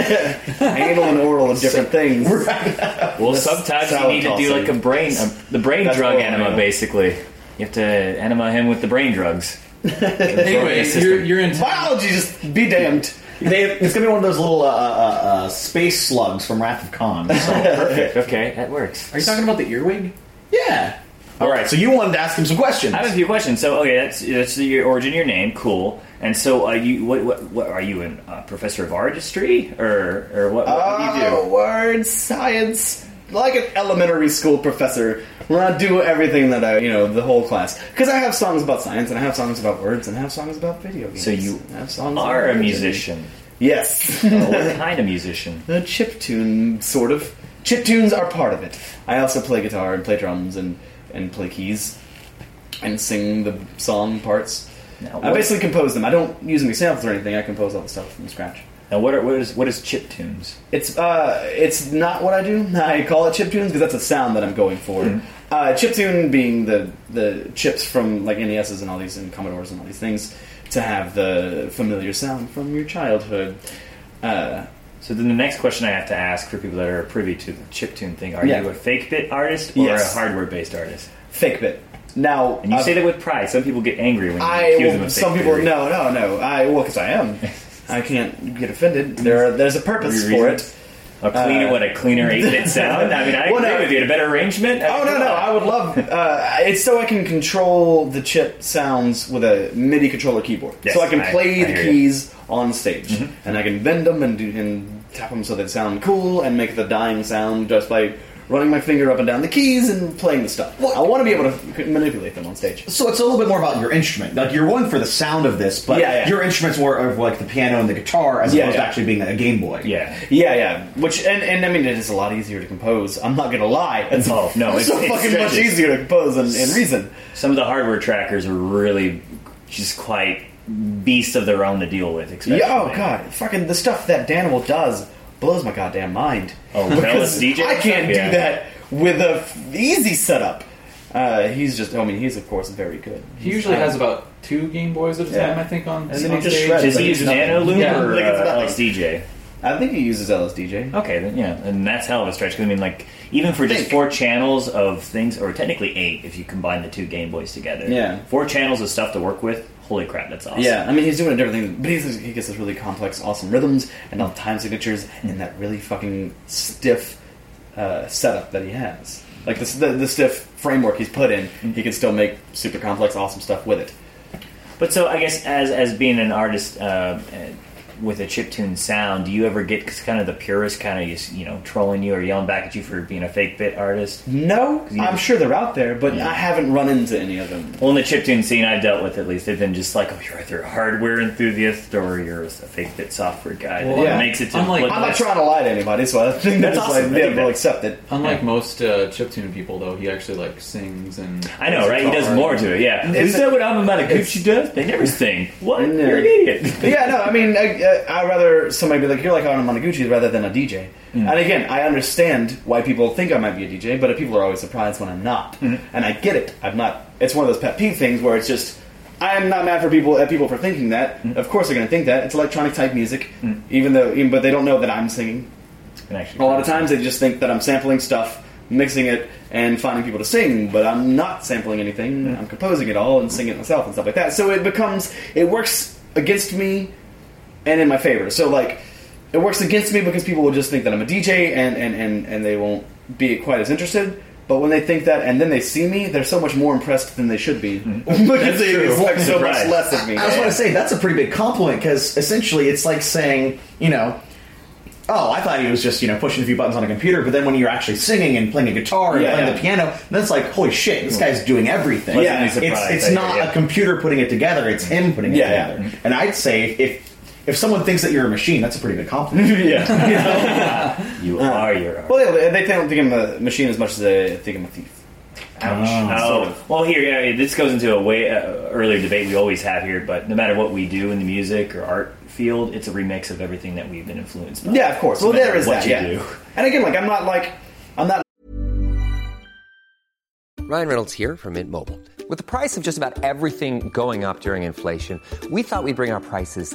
O: Anal and oral are different things.
B: Well, sometimes you need to do like a brain, a, the brain
O: That's
B: drug
O: all I
B: enema,
O: know.
B: basically. You have to enema him with the brain
O: [laughs]
B: drugs.
C: Anyway,
B: you're,
E: you're in
C: biology. Just be damned. They, it's gonna be one of those little uh, uh, uh, space slugs from Wrath of Khan. So perfect.
B: okay, that works.
E: Are you talking about the earwig?
C: [laughs] Yeah. All right. So you wanted to ask him some questions.
B: I have a few questions. So, okay, that's that's your origin, your name, cool. And so, are you what what, what are you an uh, professor of artistry or or what, what, what do you do?
O: Oh, word science. Like an elementary school professor, where I do everything that I, you know, the whole class. Because I have songs about science, and I have songs about words, and I have songs about video games.
B: So you
O: I have songs about
B: are a
O: religion.
B: musician.
O: Yes. [laughs]
B: Oh, what kind of musician?
O: A chiptune, sort of. Chiptunes are part of it. I also play guitar and play drums and, and play keys and sing the song parts. I
B: what-
O: basically compose them. I don't use any samples or anything. I compose all the stuff from scratch.
B: Now, what are, what is what is chip tunes?
O: It's uh, it's not what I do. [laughs] I call it chiptunes because that's a sound that I'm going for.
B: Mm.
O: Uh, chiptune being the the chips from like NESs and all these and Commodores and all these things to have the familiar sound from your childhood. Uh,
B: so then the next question I have to ask for people that are privy to the chiptune thing: Are
O: Yeah.
B: you a fake bit artist or
O: Yes.
B: a hardware based artist?
O: Fake bit. Now,
B: and you
O: I've-
B: say that with pride. Some people get angry when you
O: I
B: accuse them
O: well,
B: of fake
O: some people
B: bit.
O: no no no I well because I
B: [laughs]
O: am I can't get offended there are, there's a purpose for it
B: A cleaner,
O: Uh,
B: what a cleaner eight bit sound. I
O: [laughs]
B: mean, I
O: Well,
B: agree
O: no.
B: with you. A better arrangement. I
O: oh
B: mean,
O: no no I would love uh, it's so I can control the chip sounds with a MIDI controller keyboard
B: Yes,
O: so I can
B: I-
O: play
B: I
O: the
B: hear Mm-hmm. you.
O: keys on stage and I can bend them and do, and tap them so they sound cool and make the dying sound just by running my finger up and down the keys and playing the stuff I want to be able to manipulate them on stage
C: So it's a little bit more about your instrument. Like you're one for the sound of this, but
O: Yeah, yeah.
C: your instruments were of like the piano and the guitar, as
O: Yeah,
C: opposed
O: yeah.
C: to actually being a Game Boy.
B: Yeah.
O: Yeah, yeah. Which and, and I mean, it is a lot easier to compose. I'm not gonna lie. It's [laughs]
B: Oh, no, it's-
O: it's, so
B: it
O: fucking much
B: stretches.
O: easier to compose and, and reason.
B: Some of the hardware trackers are really just quite beasts of their own to deal with. Especially.
O: Yeah, oh god, fucking the stuff that Danimal does blows my goddamn mind. [laughs]
B: Oh, well,
O: Because
B: it's DJ
O: I can't
B: stuff? Yeah.
O: do that with a f- easy setup. Uh, he's just. I mean, he's of course very good.
E: He usually has about two Game Boys at a time, I think. On
O: And then
E: on
O: he just
E: stage.
O: shreds.
B: Does he use Nano Loop
E: Yeah.
B: or
E: Like, it's
B: uh,
E: about-
B: LSDJ?
O: I think he uses LSDJ.
B: Okay, then yeah, and that's hell of a stretch. 'cause I mean, like even for just four channels of things, or technically eight if you combine the two Game Boys together.
O: Yeah.
B: four channels of stuff to work with. Holy crap, that's awesome.
O: Yeah, I mean he's doing a different thing, but he's, he gets those really complex, awesome rhythms and all the time signatures and that really fucking stiff uh, setup that he has. Like this, the, the stiff framework he's put in, he can still make super complex, awesome stuff with it.
B: But so I guess as as being an artist uh, uh, with a chiptune sound, do you ever get kind of the purist kind of just, you know trolling you or yelling back at you for being a fake bit artist?
O: Mm-hmm. No, I'm sure they're out there, but
B: Yeah.
O: I haven't run into any of them.
B: Well, in the chiptune scene I've dealt with at least, they've been just like, oh, you're either a hardware enthusiast or you're a fake bit software guy. that makes it to
O: I'm not trying to lie to anybody, so I think that's,
B: That's awesome.
O: like
B: I
O: yeah,
B: think
O: we'll
B: that-
O: accept it.
E: Unlike most uh, chiptune people, though, he actually like sings and
B: I know, right? He does more to it, yeah. Is that what I'm about to Gucci does? They never sing. What? You're an idiot.
O: [laughs] yeah, no, I mean, I, uh, I'd rather somebody be like, you're like on a Monoguchi rather than a DJ.
B: Mm.
O: And again, I understand why people think I might be a DJ, but people are always surprised when I'm not.
B: Mm-hmm.
O: And I get it. I'm not. It's one of those pet peeve things where it's just, I am not mad for people at people for thinking that.
B: Mm-hmm.
O: Of course they're going to think that. It's electronic type music, even though, even, but they don't know that I'm singing.
B: A
O: lot
B: [laughs]
O: of times they just think that I'm sampling stuff, mixing it, and finding people to sing, but I'm not sampling anything. I'm composing it all and singing it myself and stuff like that. So it becomes, it works against me and in my favor. So like, it works against me because people will just think that I'm a DJ and and and, and they won't be quite as interested. But when they think that and then they see me, they're so much more impressed than they should be [laughs] because they expect so much less of me.
C: I was going to say that's a pretty big compliment because essentially it's like saying, you know, oh, I thought he was just you know pushing a few buttons on a computer, but then when you're actually singing and playing a guitar and
O: Yeah,
C: playing
O: yeah. Hmm.
C: the piano, then it's like, holy shit, this guy's doing everything.
O: Pleasantly surprised,
C: it's it's
O: I
C: not
O: agree,
C: a computer putting it together; it's him putting it
O: Yeah, yeah. Hmm.
C: together. And I'd say if if someone thinks that you're a machine, that's a pretty big compliment.
O: [laughs] yeah.
B: You are your own.
O: Uh. Well, yeah, they don't think I'm a machine as much as they think I'm a thief.
B: Ouch.
O: uh, Sort
B: Oh, well, here, yeah, this goes into a way uh, earlier debate we always have here, but no matter what we do in the music or art field, it's a remix of everything that we've been influenced by.
O: Yeah, of course.
B: No
O: Well, there
B: matter
O: is
B: what
O: that.
B: you
O: yeah.
B: do.
O: And again, like I'm not like I'm not
M: Ryan Reynolds here from Mint Mobile. With the price of just about everything going up during inflation, we thought we'd bring our prices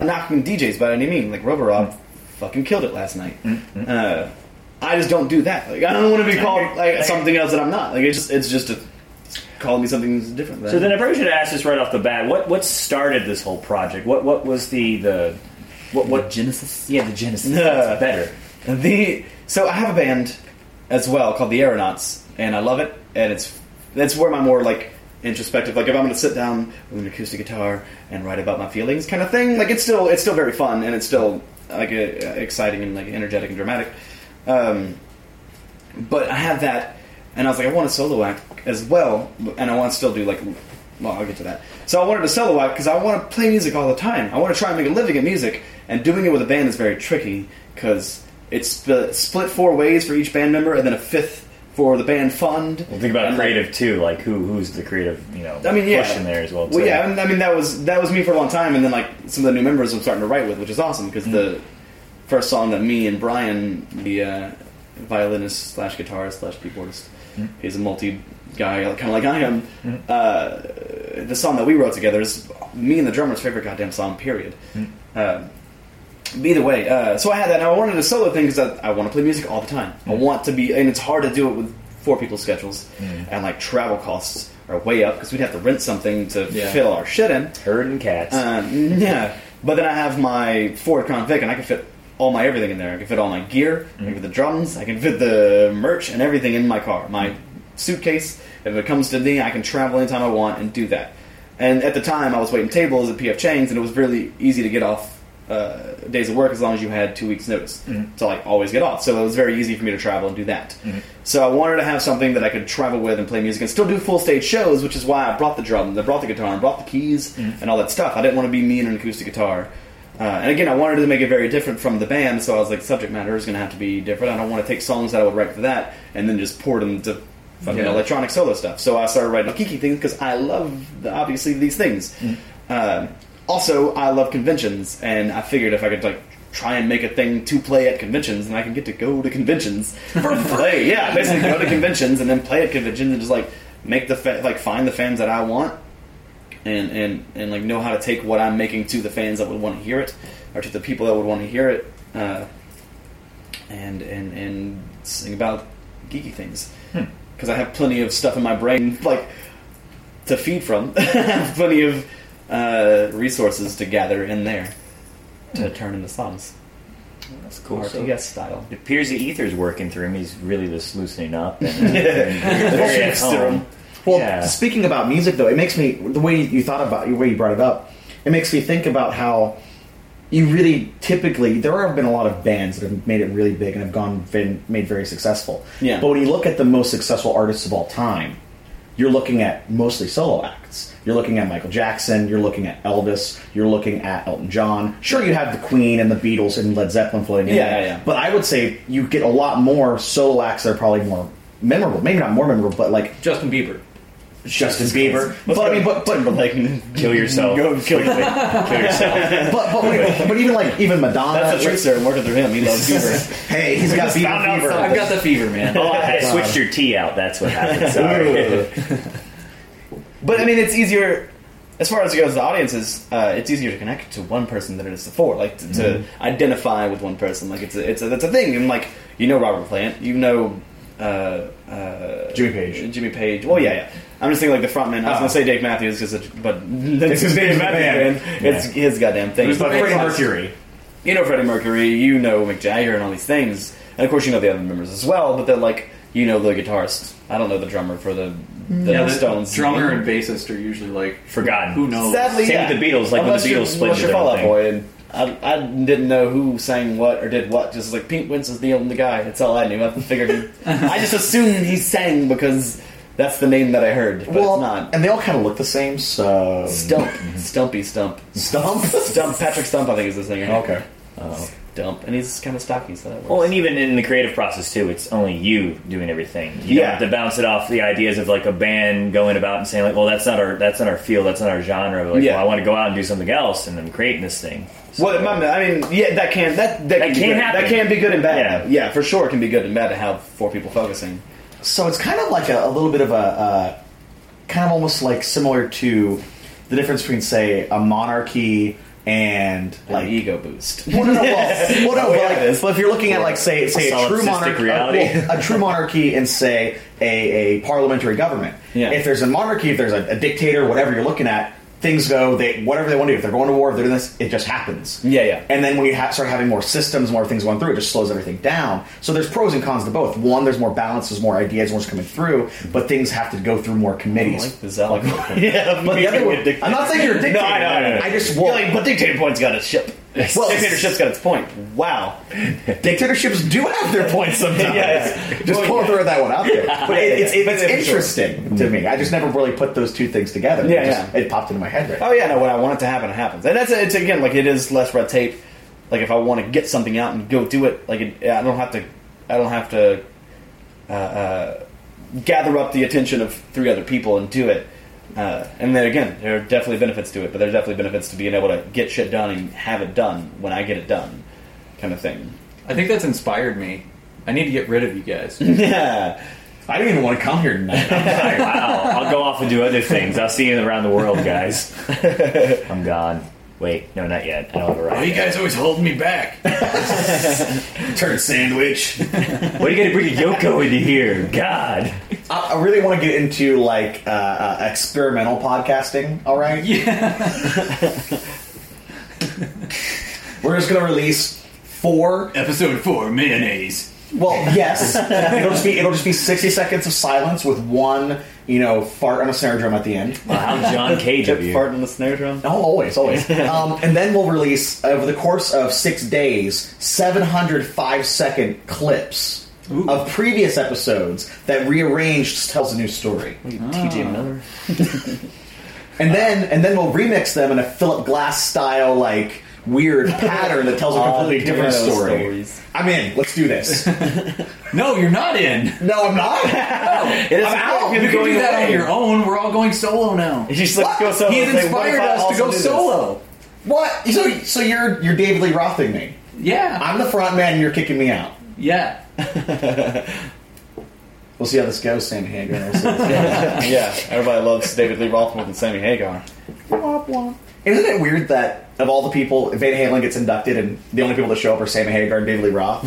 O: knocking DJs by any means. Like Roborov fucking killed it last night.
B: Mm-hmm.
O: Uh, I just don't do that. Like I don't want to be called like something else that I'm not. Like it's just it's just a, it's calling me something different. than-
B: So then I probably should have asked this right off the bat. What what started this whole project? What what was the the what what genesis? Yeah, the genesis. That's better.
O: The so I have a band as well called the Aeronauts, and I love it. And it's that's where my more like introspective, like if I'm going to sit down with an acoustic guitar and write about my feelings, kind of thing. Like it's still it's still very fun, and it's still like a, exciting and like energetic and dramatic. Um, but I have that, and I was like, I want a solo act as well, and I want to still do like, well, I'll get to that. So I wanted a solo act because I want to play music all the time. I want to try and make a living at music, and doing it with a band is very tricky because it's sp- split four ways for each band member, and then a fifth for the band fund.
B: Well, think about
O: And, like,
B: creative too. Like who who's the creative? You know,
O: I mean, yeah.
B: push in there as well. Too.
O: Well, yeah, I mean- I mean that was that was me for a long time, and then like some of the new members I'm starting to write with, which is awesome because the
B: Mm-hmm.
O: first song that me and Brian, the uh, violinist slash guitarist slash keyboardist,
B: Mhm.
O: he's a multi guy, kind of like I am.
B: Mm-hmm.
O: Uh, the song that we wrote together is me and the drummer's favorite goddamn song. Period. Uh, but either way, uh, so I had that. And I wanted a solo thing because I, I want to play music all the time. I want to be, and it's hard to do it with four people's schedules, and like travel costs are way up because we'd have to rent something to
B: Yeah.
O: fill our shit in.
C: Uh.
O: Uh,
B: Herding cats.
O: Um, yeah, but then I have my Ford Crown Vic, and I can fit all my everything in there. I can fit all my gear. I can fit the drums. I can fit the merch and everything in my car. My suitcase. If it comes to me, I can travel anytime I want and do that. And at the time, I was waiting tables at PF Chang's, and it was really easy to get off uh, days of work as long as you had two weeks' notice
P: Mhm.
O: to like always get off. So it was very easy for me to travel and do that. So I wanted to have something that I could travel with and play music and still do full stage shows, which is why I brought the drum, I brought the guitar, I brought the keys, and all that stuff. I didn't want to be me and an acoustic guitar. Uh, and again, I wanted to make it very different from the band, so I was like, subject matter is going to have to be different. I don't want to take songs that I would write for that and then just pour them to fucking
P: Yeah.
O: electronic solo stuff. So I started writing geeky things because I love the, obviously these things. Um, also, I love conventions, and I figured if I could like try and make a thing to play at conventions, then I could get to go to conventions for play. Yeah, basically go to conventions and then play at conventions and just like make the fa- like find the fans that I want, and and and like know how to take what I'm making to the fans that would want to hear it, or to the people that would want to hear it, uh, and and and sing about geeky things because I have plenty of stuff in my brain [laughs] like to feed from, [laughs] I have plenty of uh, resources to gather in there to turn into songs.
B: That's
O: cool.
B: So-
O: RTS style.
B: It appears the ether's working through him. He's really just loosening up.
O: Yeah.
B: And, and very at home.
C: Well,
B: Yeah.
C: speaking about music, though, it makes me the way you thought about the way you brought it up. It makes me think about how you really typically there have been a lot of bands that have made it really big and have gone been made very successful.
O: Yeah.
C: But when you look at the most successful artists of all time, you're looking at mostly solo acts. You're looking at Michael Jackson. You're looking at Elvis. You're looking at Elton John. Sure, you have the Queen and the Beatles and Led Zeppelin floating in
O: Yeah,
C: there,
O: yeah, yeah.
C: But I would say you get a lot more solo acts that are probably more memorable. Maybe not more memorable, but like
G: Justin Bieber.
C: Justin Bieber. But I mean, but but like
B: kill yourself.
C: Go kill,
B: Quickly. Kill yourself.
C: but but, wait, but even like even Madonna.
O: That's a trickster. I'm working through him. He [laughs] loves Bieber.
C: hey, he's
O: I
C: got
O: just
C: Bieber
O: found out
C: fever.
O: something. I've got the fever, man.
B: Oh, I
O: God.
B: switched your tea out. That's what happened. Sorry.
O: But I mean, it's easier as far as it goes. The audiences, uh, it's easier to connect to one person than it is to four. Like to, to
B: Mhm.
O: identify with one person. Like it's a, it's a, that's a thing. And like you know Robert Plant, you know uh, uh, Jimmy Page, Jimmy Page. Well, yeah, yeah. I'm just thinking like the frontman. I was
C: Oh.
O: gonna say Dave Matthews, 'cause
C: [laughs]
O: it, but
C: It's his name, man.
O: It's his goddamn thing.
C: Who's the
O: But
C: Freddie
O: it's-
C: Mercury.
O: You know Freddie Mercury. You know Mick Jagger and all these things, and of course you know the other members as well. But they're like you know the guitarist. I don't know the drummer for the the
G: yeah, the
O: Stones.
G: drummer and bassist are usually like
B: forgotten.
G: Who
E: Oh,
G: knows?
O: Sadly, yeah. Unless you're- unless you're Fall Out Boy, and I, I didn't know who sang what or did what. Just like Pete Wentz is the only guy. That's all I knew. I figured. I just assumed he sang because that's the name that I heard. But it's not.
C: And they all kind of look the same. So
O: Stump, [laughs] Stumpy Stump,
C: Stump,
O: [laughs] Stump. Patrick Stump, I think is the singer. Uh,
C: Okay.
O: Stump, and he's kind of stocky, so that works.
B: Well, and even in the creative process too, it's only you doing everything. You
O: Yeah.
B: don't have to bounce it off the ideas of like a band going about and saying like, "Well, that's not our that's not our field, that's not our genre." Like,
O: Yeah.
B: well, I want to go out and do something else, and I'm creating this thing.
O: Well, my, I mean, yeah, that can that that,
B: That
O: be
B: can
O: good.
B: happen.
O: That can be good and bad. Yeah. for sure, it can be good and bad to have four people focusing.
C: So it's kind of like a, a little bit of a uh, kind of almost like similar to the difference between say a monarchy and like
O: ego boost.
C: Well, no, no, well,
O: [laughs]
C: well, no,
O: Oh, yeah,
C: but,
O: it
C: like,
O: is.
C: but if you're looking at like say say a true
O: Solipsistic
C: monarchy,
O: reality.
C: A, well, a true monarchy, and say a, a parliamentary government.
O: Yeah.
C: If there's a monarchy, if there's a, a dictator, whatever you're looking at, things go they whatever they want to do. If they're going to war, if they're doing this, it just happens.
O: Yeah, yeah.
C: And then when you ha- start having more systems, more things going through, it just slows everything down. So there's pros and cons to both. One, there's more balance, there's more ideas, more's coming through, but things have to go through more committees.
O: I like
C: [laughs]
O: this allegory. yeah,
C: but the other one, [laughs] I'm not saying you're a dictator.
O: No, I know, I know.
C: I just
O: You're
C: want.
O: like, but dictator point's got its ship.
C: Well,
O: dictatorship's got its point. Wow.
C: [laughs] Dictatorships do have their points sometimes.
O: Yes.
C: Just
O: Well,
C: pull
O: [laughs] yeah.
C: throw that one out
O: [laughs]
C: there. But it, it's, it's,
O: But it's
C: interesting to me. I just never really put those two things together.
O: Yeah,
C: it, just-
O: yeah.
C: it popped into my head right
O: Oh yeah, no. When I want it to happen, it happens, and that's it's again like it is less red tape. Like if I want to get something out and go do it, like it, I don't have to, I don't have to uh, uh, gather up the attention of three other people and do it. Uh, and then again, there are definitely benefits to it, but there's definitely benefits to being able to get shit done and have it done when I get it done, kind of thing. [laughs]
G: I think that's inspired me. I need to get rid of you guys.
O: yeah.
C: I didn't even want to come here tonight.
E: [laughs]
B: wow, I'll go off and do other things. I'll see you around the world, guys. I'm gone. Wait, no, not yet. I don't have a
P: Why
B: ride.
P: you guys always holding me back?
C: Turn sandwich.
B: What are you going to bring a Yoko into here? God.
C: I, I really want to get into like uh, uh, experimental podcasting. All right. Yeah. We're just gonna release four.
Q: Episode four, mayonnaise.
C: Well, yes. it'll just be it'll just be sixty seconds of silence with one, you know, fart on a snare drum at the end.
B: Wow, John Cage of you.
C: Fart
O: on the snare drum.
C: Oh, always, always. um, and then we'll release over the course of six days, seven hundred five second clips of previous episodes that rearranged tells a new story.
L: TJ Miller.
C: And then and then we'll remix them in a Philip Glass style like
Q: [laughs]
C: weird pattern that
Q: Oh,
C: tells a
L: All
C: completely different
L: hero
C: story.
L: stories.
C: I'm in. Let's do this.
Q: no, you're not in.
C: No, I'm
Q: [laughs]
C: not.
Q: Oh, It is out. You can do that on your
O: [laughs]
Q: own. We're all going solo now.
C: just like go solo
Q: He
C: and
Q: has
C: say, "What if
Q: inspired
C: I
Q: us to
C: also
Q: go
C: do this?"
Q: solo.
C: What? So so you're you're David Lee Rothing me.
Q: Yeah.
C: I'm the front man and you're kicking me out.
Q: Yeah.
C: We'll see how this goes, Sammy Hagar. We'll see how this goes.
O: [laughs] yeah, everybody loves David Lee Roth more than Sammy Hagar.
C: Isn't it weird that of all the people, Van Halen gets inducted, and the only people that show up are Sammy Hagar and David Lee
O: [laughs]
C: Roth?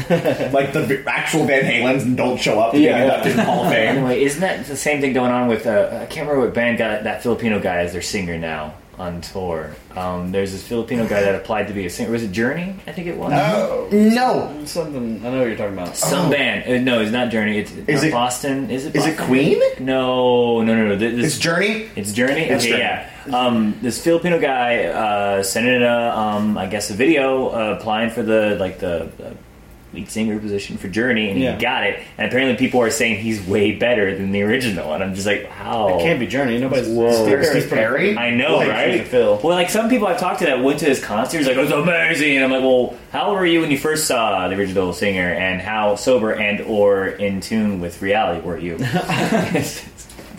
C: like the v- actual Van Halens don't show up to get inducted in the Hall of
B: [laughs]
C: Fame.
B: Anyway, isn't that the same thing going on with uh, I can't remember what band got that Filipino guy as their singer now on tour. Um, there's this Filipino guy that applied to be a singer. Was it Journey? I think it was.
O: Oh!
C: no,
O: something. I know what you're talking about.
B: Some band. Uh, no, it's not Journey. It's
O: Is
B: not
O: it-
B: Boston. Is it?
O: is it
B: Boston?
O: Queen?
B: No, no, no, no. Th- This,
C: it's Journey.
B: It's Journey.
C: It's
B: okay,
C: Journey.
B: yeah. Um, this Filipino guy uh, sent in a, um, I guess, a video uh, applying for the like the, the lead singer position for Journey, and
O: Yeah.
B: he got it. And apparently, people are saying he's way better than the original, and I'm just like, how?
O: It can't be Journey. Nobody's
B: Whoa.
O: Oh. Steve, Steve Perry.
B: I know,
O: Like,
B: right?
O: Steve Phil.
B: Well, like some people I've talked to that went to his concerts, like it was amazing. And I'm like, well, how old were you when you first saw the original singer, and how sober and or in tune with reality were
O: [laughs]
B: you?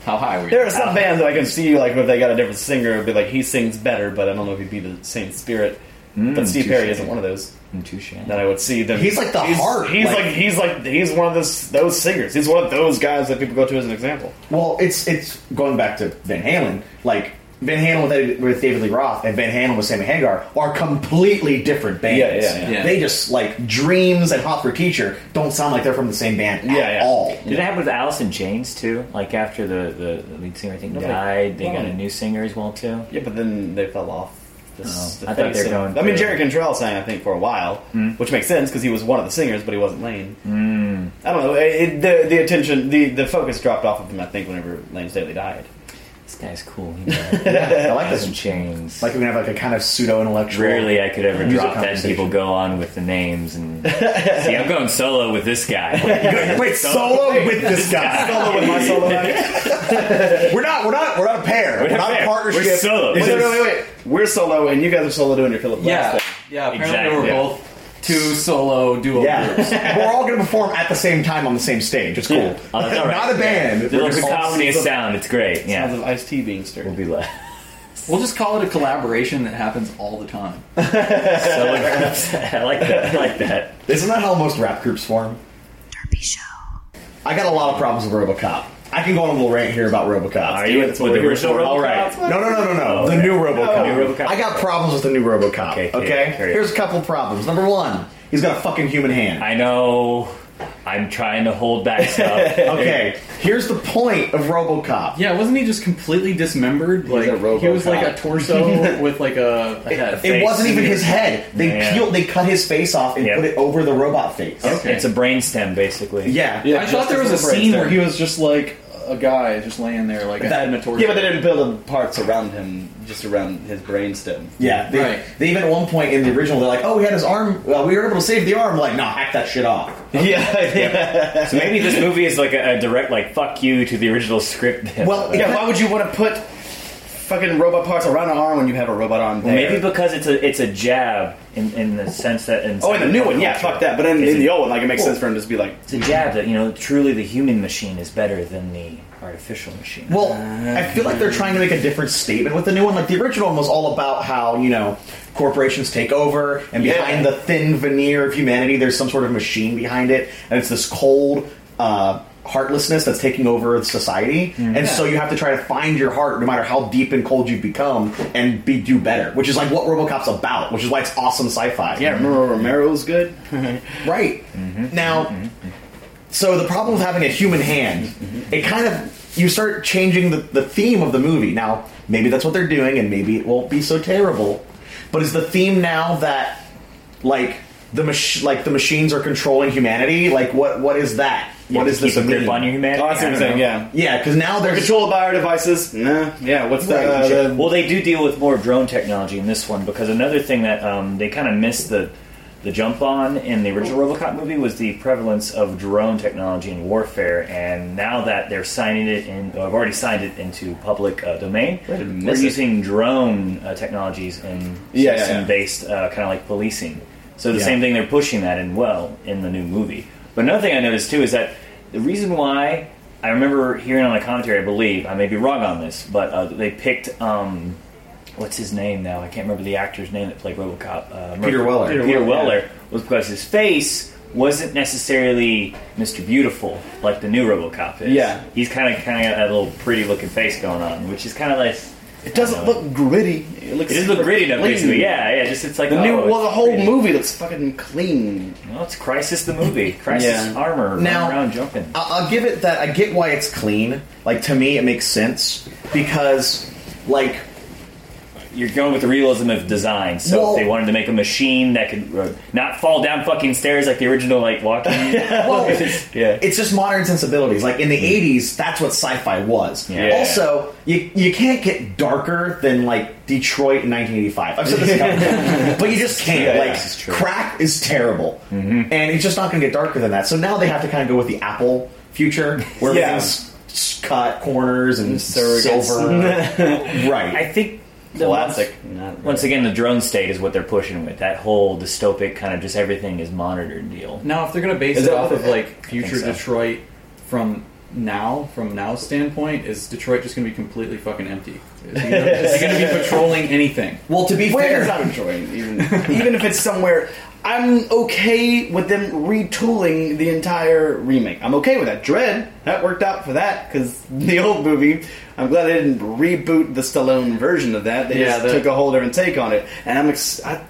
Q: how high were you?
O: There are some bands that I can see, like, if they got a different singer, it'd be like, he sings better, but I don't know if he'd be the same spirit. but Steve
Q: touche.
O: Perry isn't one of those.
B: Touche.
O: That I would see them.
C: He's like the
O: he's,
C: heart,
O: He's
C: like-
O: like, he's like he's one of those those singers. He's one of those guys that people go to as an example.
C: Well, it's it's going back to Van Halen. Like Van Halen with, Ed- with David Lee Roth and Van Halen with Sammy Hagar are completely different bands.
O: Yeah, yeah, yeah.
C: They just like Dreams and Hot for Teacher don't sound like they're from the same band at all.
B: Did it happen with Alice in Chains too? Like after the, the, the lead singer I think
O: No, they-
B: died, they got
O: no.
B: a new singer as well too.
O: Yeah, but then they fell off. This,
B: Oh, I thought
O: face
B: they were
O: of-
B: going
O: I mean,
B: for-
O: Jerry Cantrell sang, I think, for a while, which makes sense because he was one of the singers, but he wasn't Lane.
B: Mm.
O: I don't know. It, the the attention, the, the focus dropped off of him. I think whenever Lane Staley died.
B: This guy's cool.
C: [laughs] I like
B: Alice in
C: this.
B: Chains.
C: Like we have like a kind of pseudo intellectual.
B: Rarely I could ever drop that and people go on with the
C: [laughs]
B: names and see I'm going solo with this guy.
C: Wait, solo with this guy.
O: solo Oh, with my [laughs] solo
C: we're not. We're not. We're not a pair. We're, not a partnership.
O: We're solo. Wait,
C: It's
O: wait,
C: just-
O: wait, wait. We're solo, and you guys are solo doing your Philip
Q: Yeah.
O: Glass
Q: Yeah, apparently
O: Exactly.
Q: we're
O: Yeah.
Q: both two solo duo groups.
C: Yeah, we're all going to perform at the same time on the same stage. It's cool.
O: Uh,
B: Oh, that's all
C: [laughs]
B: right.
C: Not a band.
B: The
C: We're
B: little
C: just all-
B: cacophony of sound. It's great. Yeah.
O: Sounds of iced tea being
B: [laughs]
O: stirred.
B: We'll be like
Q: We'll just call it a collaboration that happens all the time.
B: solo groups. [laughs] I like that. I like that.
C: Isn't that how most rap groups form? Derpy Show. I got a lot of problems with RoboCop. I can go on a little rant here about RoboCop. Are
B: you with the original
C: All
B: RoboCop?
C: right. No, no, no, no, no. the new RoboCop.
B: New RoboCop.
C: I got problems with the new RoboCop. Okay.
B: carry- carry on.
C: Here's a couple problems. Number one, he's got a fucking human hand.
B: I know. I'm trying to hold back stuff.
C: [laughs] okay. Here's the point of
Q: [laughs]
C: RoboCop.
Q: Yeah, wasn't he just completely dismembered? Like he was like a [laughs] torso with like a. like a
C: It
Q: face.
C: wasn't even his head. They
B: Yeah.
C: peeled. They cut his face off and put it over the robot face.
Q: Okay.
B: It's a brainstem, basically.
C: Yeah.
Q: I thought there was a scene where he was just like a guy just laying there, like a
O: That-
Q: head and a torso.
O: yeah, but they didn't build the parts around him, just around his brainstem.
C: Yeah, they,
Q: Right.
C: they even at one point in the original, they're like, "Oh, we had his arm. Well, we were able to save the arm." Like, nah, hack that shit off. [laughs]
O: Yeah, yeah.
B: So maybe this movie is like a, a direct, like fuck you to the original script. [laughs]
C: Well,
O: yeah, why would you want to put fucking robot parts around an arm when you have a robot arm?
B: Well,
O: There?
B: maybe because it's a it's a jab in, in the sense that in
O: Oh, in the new one, yeah, fuck that. But in,
B: Is
O: in
B: it-
O: the old one, like it makes
B: Well,
O: sense for him to just be like,
B: It's a jab that you know truly the human machine is better than the artificial machine.
C: Well, I feel like they're trying to make a different statement with the new one. Like the original one was all about how you know corporations take over, and behind the thin veneer of humanity, there's some sort of machine behind it, and it's this cold. Uh, Heartlessness that's taking over society,
O: Mm-hmm.
C: and so you have to try to find your heart, no matter how deep and cold you've become, and be do better. Which is like what RoboCop's about, which is why it's awesome sci-fi.
O: yeah, remember when Romero's good? [laughs] Mm.
C: Right. Now, so the problem with having a human hand, it kind of, you start changing the, the theme of the movie. Now, maybe that's what they're doing, and maybe it won't be so terrible. But is the theme now that, like, the mach- like the machines are controlling humanity. Like what what is that? what
B: to
C: is this
B: keep a grip
C: mean?
B: on your humanity? Oh, that's what I'm
C: I don't
B: saying,
C: know.
B: yeah.
C: yeah. Because now they're
B: Control
C: by our devices. Nah, yeah. What's
B: well, they do deal with more drone technology in this one because another thing that um, they kind of missed the the jump on in the original RoboCop movie was the prevalence of drone technology in warfare, and now that they're signing it in, or have already signed it into public uh, domain,
O: Wait a minute.
B: we're using drone uh, technologies in
O: Yeah, yeah, yeah.
B: based uh, kind of like policing. So the
O: Yeah.
B: same thing they're pushing that in well in the new movie. But another thing I noticed too is that the reason why I remember hearing on the commentary, I believe I may be wrong on this, but uh, they picked um, what's his name now? I can't remember the actor's name that played RoboCop. Uh,
C: Peter Weller.
B: Peter,
C: Peter Weller,
B: Weller was because his face wasn't necessarily Mr. Beautiful like the new RoboCop is.
O: Yeah.
B: he's kind of kind of got that little pretty looking face going on, which is Uh, kind of like
O: It doesn't look gritty. It looks.
B: It does look gritty, though,
O: clean.
B: basically. Yeah, yeah, just- it's like,
O: the
B: oh,
O: new.
B: it's
O: Well, the whole
B: gritty.
O: movie looks fucking clean.
B: Well, it's Crisis the movie. Crisis armor running
C: Now-
B: around jumping.
C: I'll, I'll give it that. I get why it's clean. Like to me, it makes sense because
B: [laughs]
C: like
B: You're going with the realism of design. So
C: Well-
B: if they wanted to make a machine that could uh, not fall down fucking stairs like the original, like walking.
O: [laughs] Oh,
C: Well,
B: [laughs] yeah.
C: it's just modern sensibilities. Like in the '80s, that's what sci-fi was.
B: Hmm. Yeah.
C: Also, you you can't get darker than like Detroit in 1985. I've said this a
B: [laughs]
C: couple times, but you just can't.
B: Yeah,
C: like
B: this is true. Mm-hmm.
C: crack is terrible, and it's just not going to get darker than that. So now they have to kind of go with the Apple future, where
B: Yeah.
C: everything's s- cut corners
B: [laughs]
C: and silver. right.
B: I think. the
C: Classic.
B: once- Once again, the drone state is what they're pushing with. That whole dystopic kind of just everything is monitored deal.
E: Now, if they're going to base
B: Is
E: it
B: that
E: off
B: what
E: of
B: it-
E: like
B: I
E: future
B: think so.
E: Detroit from now, from now's standpoint, is Detroit just going to be completely fucking empty? Is he going
B: [laughs]
E: to be patrolling anything?
O: Well, to be
E: fair-
O: it's not enjoying even even if it's somewhere. I'm okay with them retooling the entire remake. I'm okay with that. Dread that worked out for that because the old movie. I'm glad they didn't reboot the Stallone version of that. They
C: Yeah,
O: just
C: that-
O: took a whole different take on it, and I'm ex- I,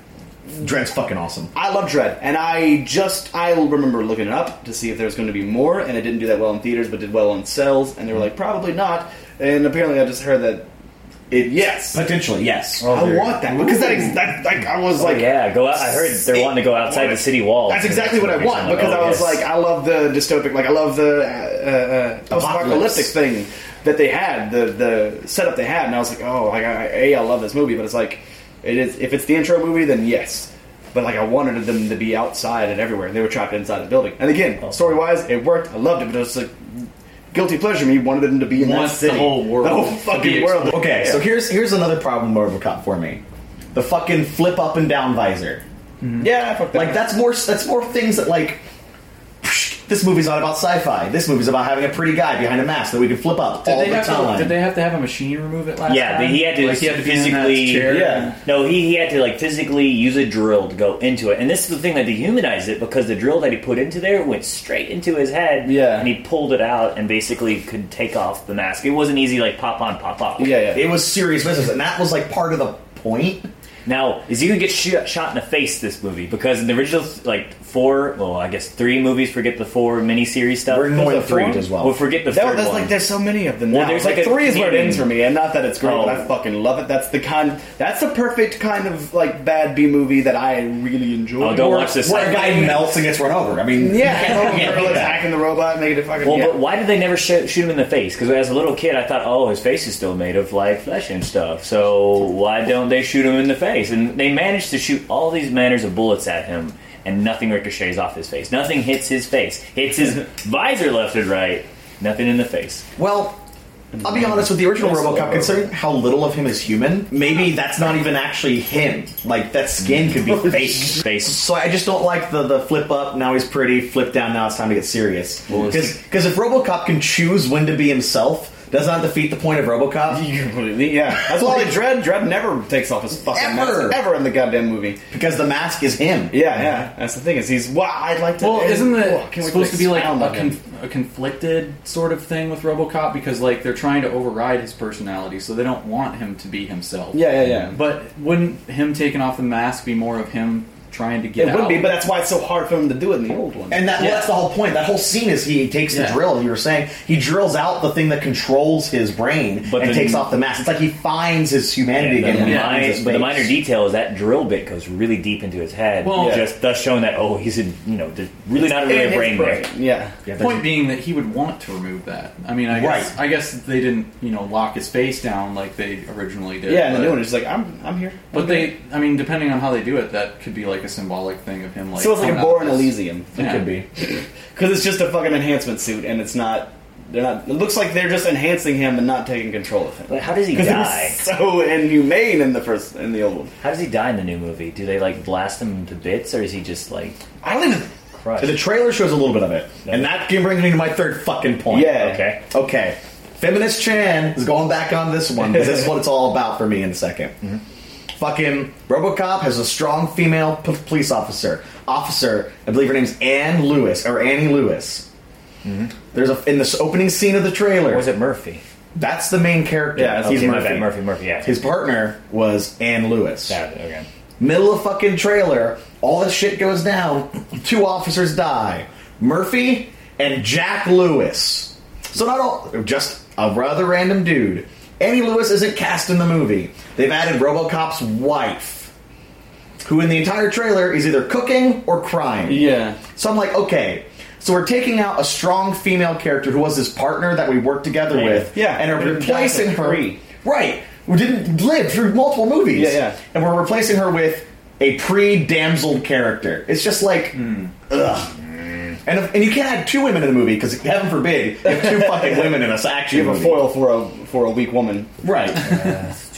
C: Dread's fucking awesome.
O: I love Dread, and I just I remember looking it up to see if there was going to be more, and it didn't do that well in theaters, but did well on sales, and they were like probably not, and apparently I just heard that it yes
C: potentially yes
B: Oh,
O: I
B: there-
O: want that because that,
B: Ooh.
O: ex- that like I was
B: Oh,
O: like
B: yeah, go out. I heard they're wanting to go outside the city walls.
O: that's exactly what I want because I was
B: Oh, yes.
O: like, I love the dystopic, like I love the uh, uh, post-apocalyptic
B: Apocalypse.
O: thing that they had, the the setup they had, and I was like, oh, like I, a, I love this movie, but it's like, it is if it's the intro movie, then yes, but like I wanted them to be outside and everywhere, and they were trapped inside the building. And again, story wise, it worked. I loved it, but it was like guilty pleasure. Me wanted them to be in that
C: Wants the
O: city,
C: whole world
O: the whole
C: to
O: fucking
C: be
O: world.
C: Okay, so here's here's another problem with RoboCop for me: the fucking flip up and down visor.
O: Yeah, Mm-hmm. fuck that.
C: like that's more that's more things that like. [sniffs] This movie's not about sci-fi. This movie's about having a pretty guy behind a mask that we can flip up
E: Did
C: all
E: they,
C: the
E: have to,
C: time.
E: did they have to have a machine remove it last
B: yeah,
E: time?
B: but he had to,
E: Like, be in that
B: physically.
E: chair?
B: no, he, he had to like physically use a drill to go into it, and this is the thing that dehumanized it because the drill that he put into there went straight into his head. Yeah, and he pulled it out and basically could take off the mask. It wasn't easy, like pop on, pop off.
C: It was serious business, and that was like part of the point.
B: Now, is you can get sh- shot in the face this movie because in the original like four, well, I guess three movies. Forget the four miniseries stuff. We're
O: ignoring the third as well.
B: Well, forget the
O: That-
B: third
O: that's
B: one.
O: like there's so many of them
B: Well,
O: now.
B: there's
O: like,
B: like a
O: three is where it
B: demon-
O: ends for me, and not that it's great,
B: Oh.
O: but I fucking love it. That's the kind. That's the perfect kind of like bad B movie that I really enjoy.
B: Oh, don't watch this.
O: Where a guy melts and
C: gets run over. I
O: mean, yeah,
B: Yeah,
O: oh, yeah,
B: yeah.
O: attacking the robot, making it fucking.
B: Well,
O: yeah.
B: but why did they never sh- shoot him in the face? Because as a little kid, I thought, oh, his face is still made of like flesh and stuff. So why don't they shoot him in the face? And they managed to shoot all these manners of bullets at him, and nothing ricochets off his face. Nothing hits his face. Hits his visor left and right. Nothing in the face.
C: Well, I'll be honest with the original RoboCop. Considering how little of him is human, maybe that's not even actually him. Like that skin
B: [laughs]
C: could be fake. So I just don't like the the flip up. Now he's pretty. Flip down. Now it's time to get serious. Because if RoboCop can choose when to be himself. Does not defeat the point of
B: [laughs]
C: RoboCop.
O: Completely, yeah. That's why like, Dread Dread never takes off his fucking
C: Ever.
O: mask ever in the goddamn movie
C: because the mask is him.
O: Yeah, yeah. That's the thing is he's wow. I'd like to.
E: Well, isn't it
O: oh, I can't wait
E: supposed to be like
O: expound
E: a,
O: on him.
E: conf- a conflicted sort of thing with RoboCop because like they're trying to override his personality, so they don't want him to be himself.
O: Yeah, yeah, yeah.
E: But wouldn't him taking off the mask be more of him trying to
O: It
E: get
O: would
E: out.
O: be, but that's why it's so hard for him to do it in the old one.
C: And that, well, that's the whole point. That whole scene is he takes the
O: Yeah.
C: drill. You were saying he drills out the thing that controls his brain
B: But
C: and
B: then-
C: takes off the mask. It's like he finds his humanity
B: Yeah,
C: again.
B: but,
C: when
B: the
C: he finds
B: minor,
C: his
B: but the
C: face.
B: minor detail is that drill bit goes really deep into his head,
E: Well- Yeah.
B: just thus showing that oh, he's a you know there's really not really a brain there.
O: Yeah.
B: that's-
E: Point being that he would want to remove that. I mean, I guess I guess they didn't you know lock his face down like they originally did.
O: Yeah, and the
E: but-
O: new one is like, I'm, I'm here.
E: But they, I mean, depending on how they do it, that could be like a symbolic thing of him. Like,
O: so it's like
E: coming
O: a
E: out of
O: Bourne
E: this.
O: Elysium.
E: Yeah.
O: [laughs] because it's just a fucking enhancement suit, and it's not. They're not. It looks like they're just enhancing him and not taking control of him.
B: But how does he
O: 'Cause it was
B: die?
O: [laughs] So inhumane in the first in the old one.
B: How does he die in the new movie? Do they like blast him to bits, or is he just like
O: I don't even.
B: Crushed?
C: The trailer shows a little bit of it, and that can bring me to my third fucking point.
O: Yeah.
C: Okay. Okay. Feminist Chan is going back on this one because this is what it's all about for me in a 2nd
B: Mm-hmm.
C: Fucking RoboCop has a strong female p- police officer. Officer, I believe her name's Anne Lewis or Annie Lewis. There's a in this opening scene of the trailer. Was
B: Mm-hmm. it Murphy?
C: That's the main character.
B: Yeah, that's-
C: he's
B: okay, my
C: Murphy.
B: bad, Murphy, Murphy, yeah.
C: His partner was Anne Lewis.
B: okay.
C: Middle of fucking trailer, all this shit goes down. [laughs] Two officers die. Murphy and Jack Lewis. So not all, just a rather random dude. Annie Lewis isn't cast in the movie. They've added RoboCop's wife, who in the entire trailer is either cooking or crying.
O: Yeah.
C: So I'm like, okay. So we're taking out a strong female character who was his partner that we worked together
O: Yeah.
C: with,
O: Yeah.
C: and are
O: And
C: replacing
O: Jonathan
C: her.
O: Pryce.
C: Right. We didn't live through multiple movies.
O: Yeah, yeah.
C: And we're replacing her with a pre-damseled character. It's just like,
B: Hmm.
C: ugh. And, if, and you can't have two women in the movie because heaven forbid you have two fucking women
B: [laughs]
C: in a action
O: You have
C: movie.
O: a foil for a for a weak woman,
C: right?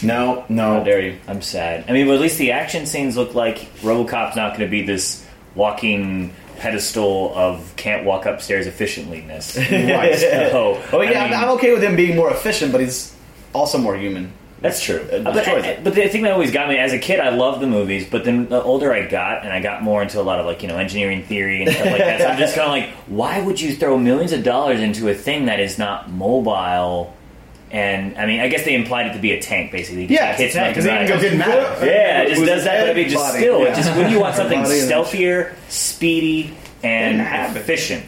C: no, no,
B: How dare you? I'm sad. I mean, well, at least the action scenes look like RoboCop's not going to be this walking pedestal of can't walk upstairs
O: [laughs]
B: efficientlyness.
O: right?
B: So,
O: oh yeah,
B: I
O: I
B: mean-
O: am okay with him being more efficient, but he's also more human.
B: That's true.
O: Uh,
B: but,
O: destroys
B: I, but the thing that always got me as a kid, I loved the movies, but then the older I got, and I got more into a lot of like you know engineering theory and stuff like that. So I'm just kind of like, why would you throw millions of dollars into a thing that is not mobile? And I mean, I guess they implied it to be a tank, basically.
O: Yeah,
B: It
O: it's
B: hits
O: a tank,
B: nothing
O: 'cause it
B: back.
O: didn't go- didn't matter.
B: Yeah, it
O: It
B: just
O: was
B: does that, but I
O: head
B: mean, just
O: body,
B: still,
O: yeah.
B: it just when you want something
O: Body
C: [laughs]
O: and-
B: stealthier, speedy, and efficient.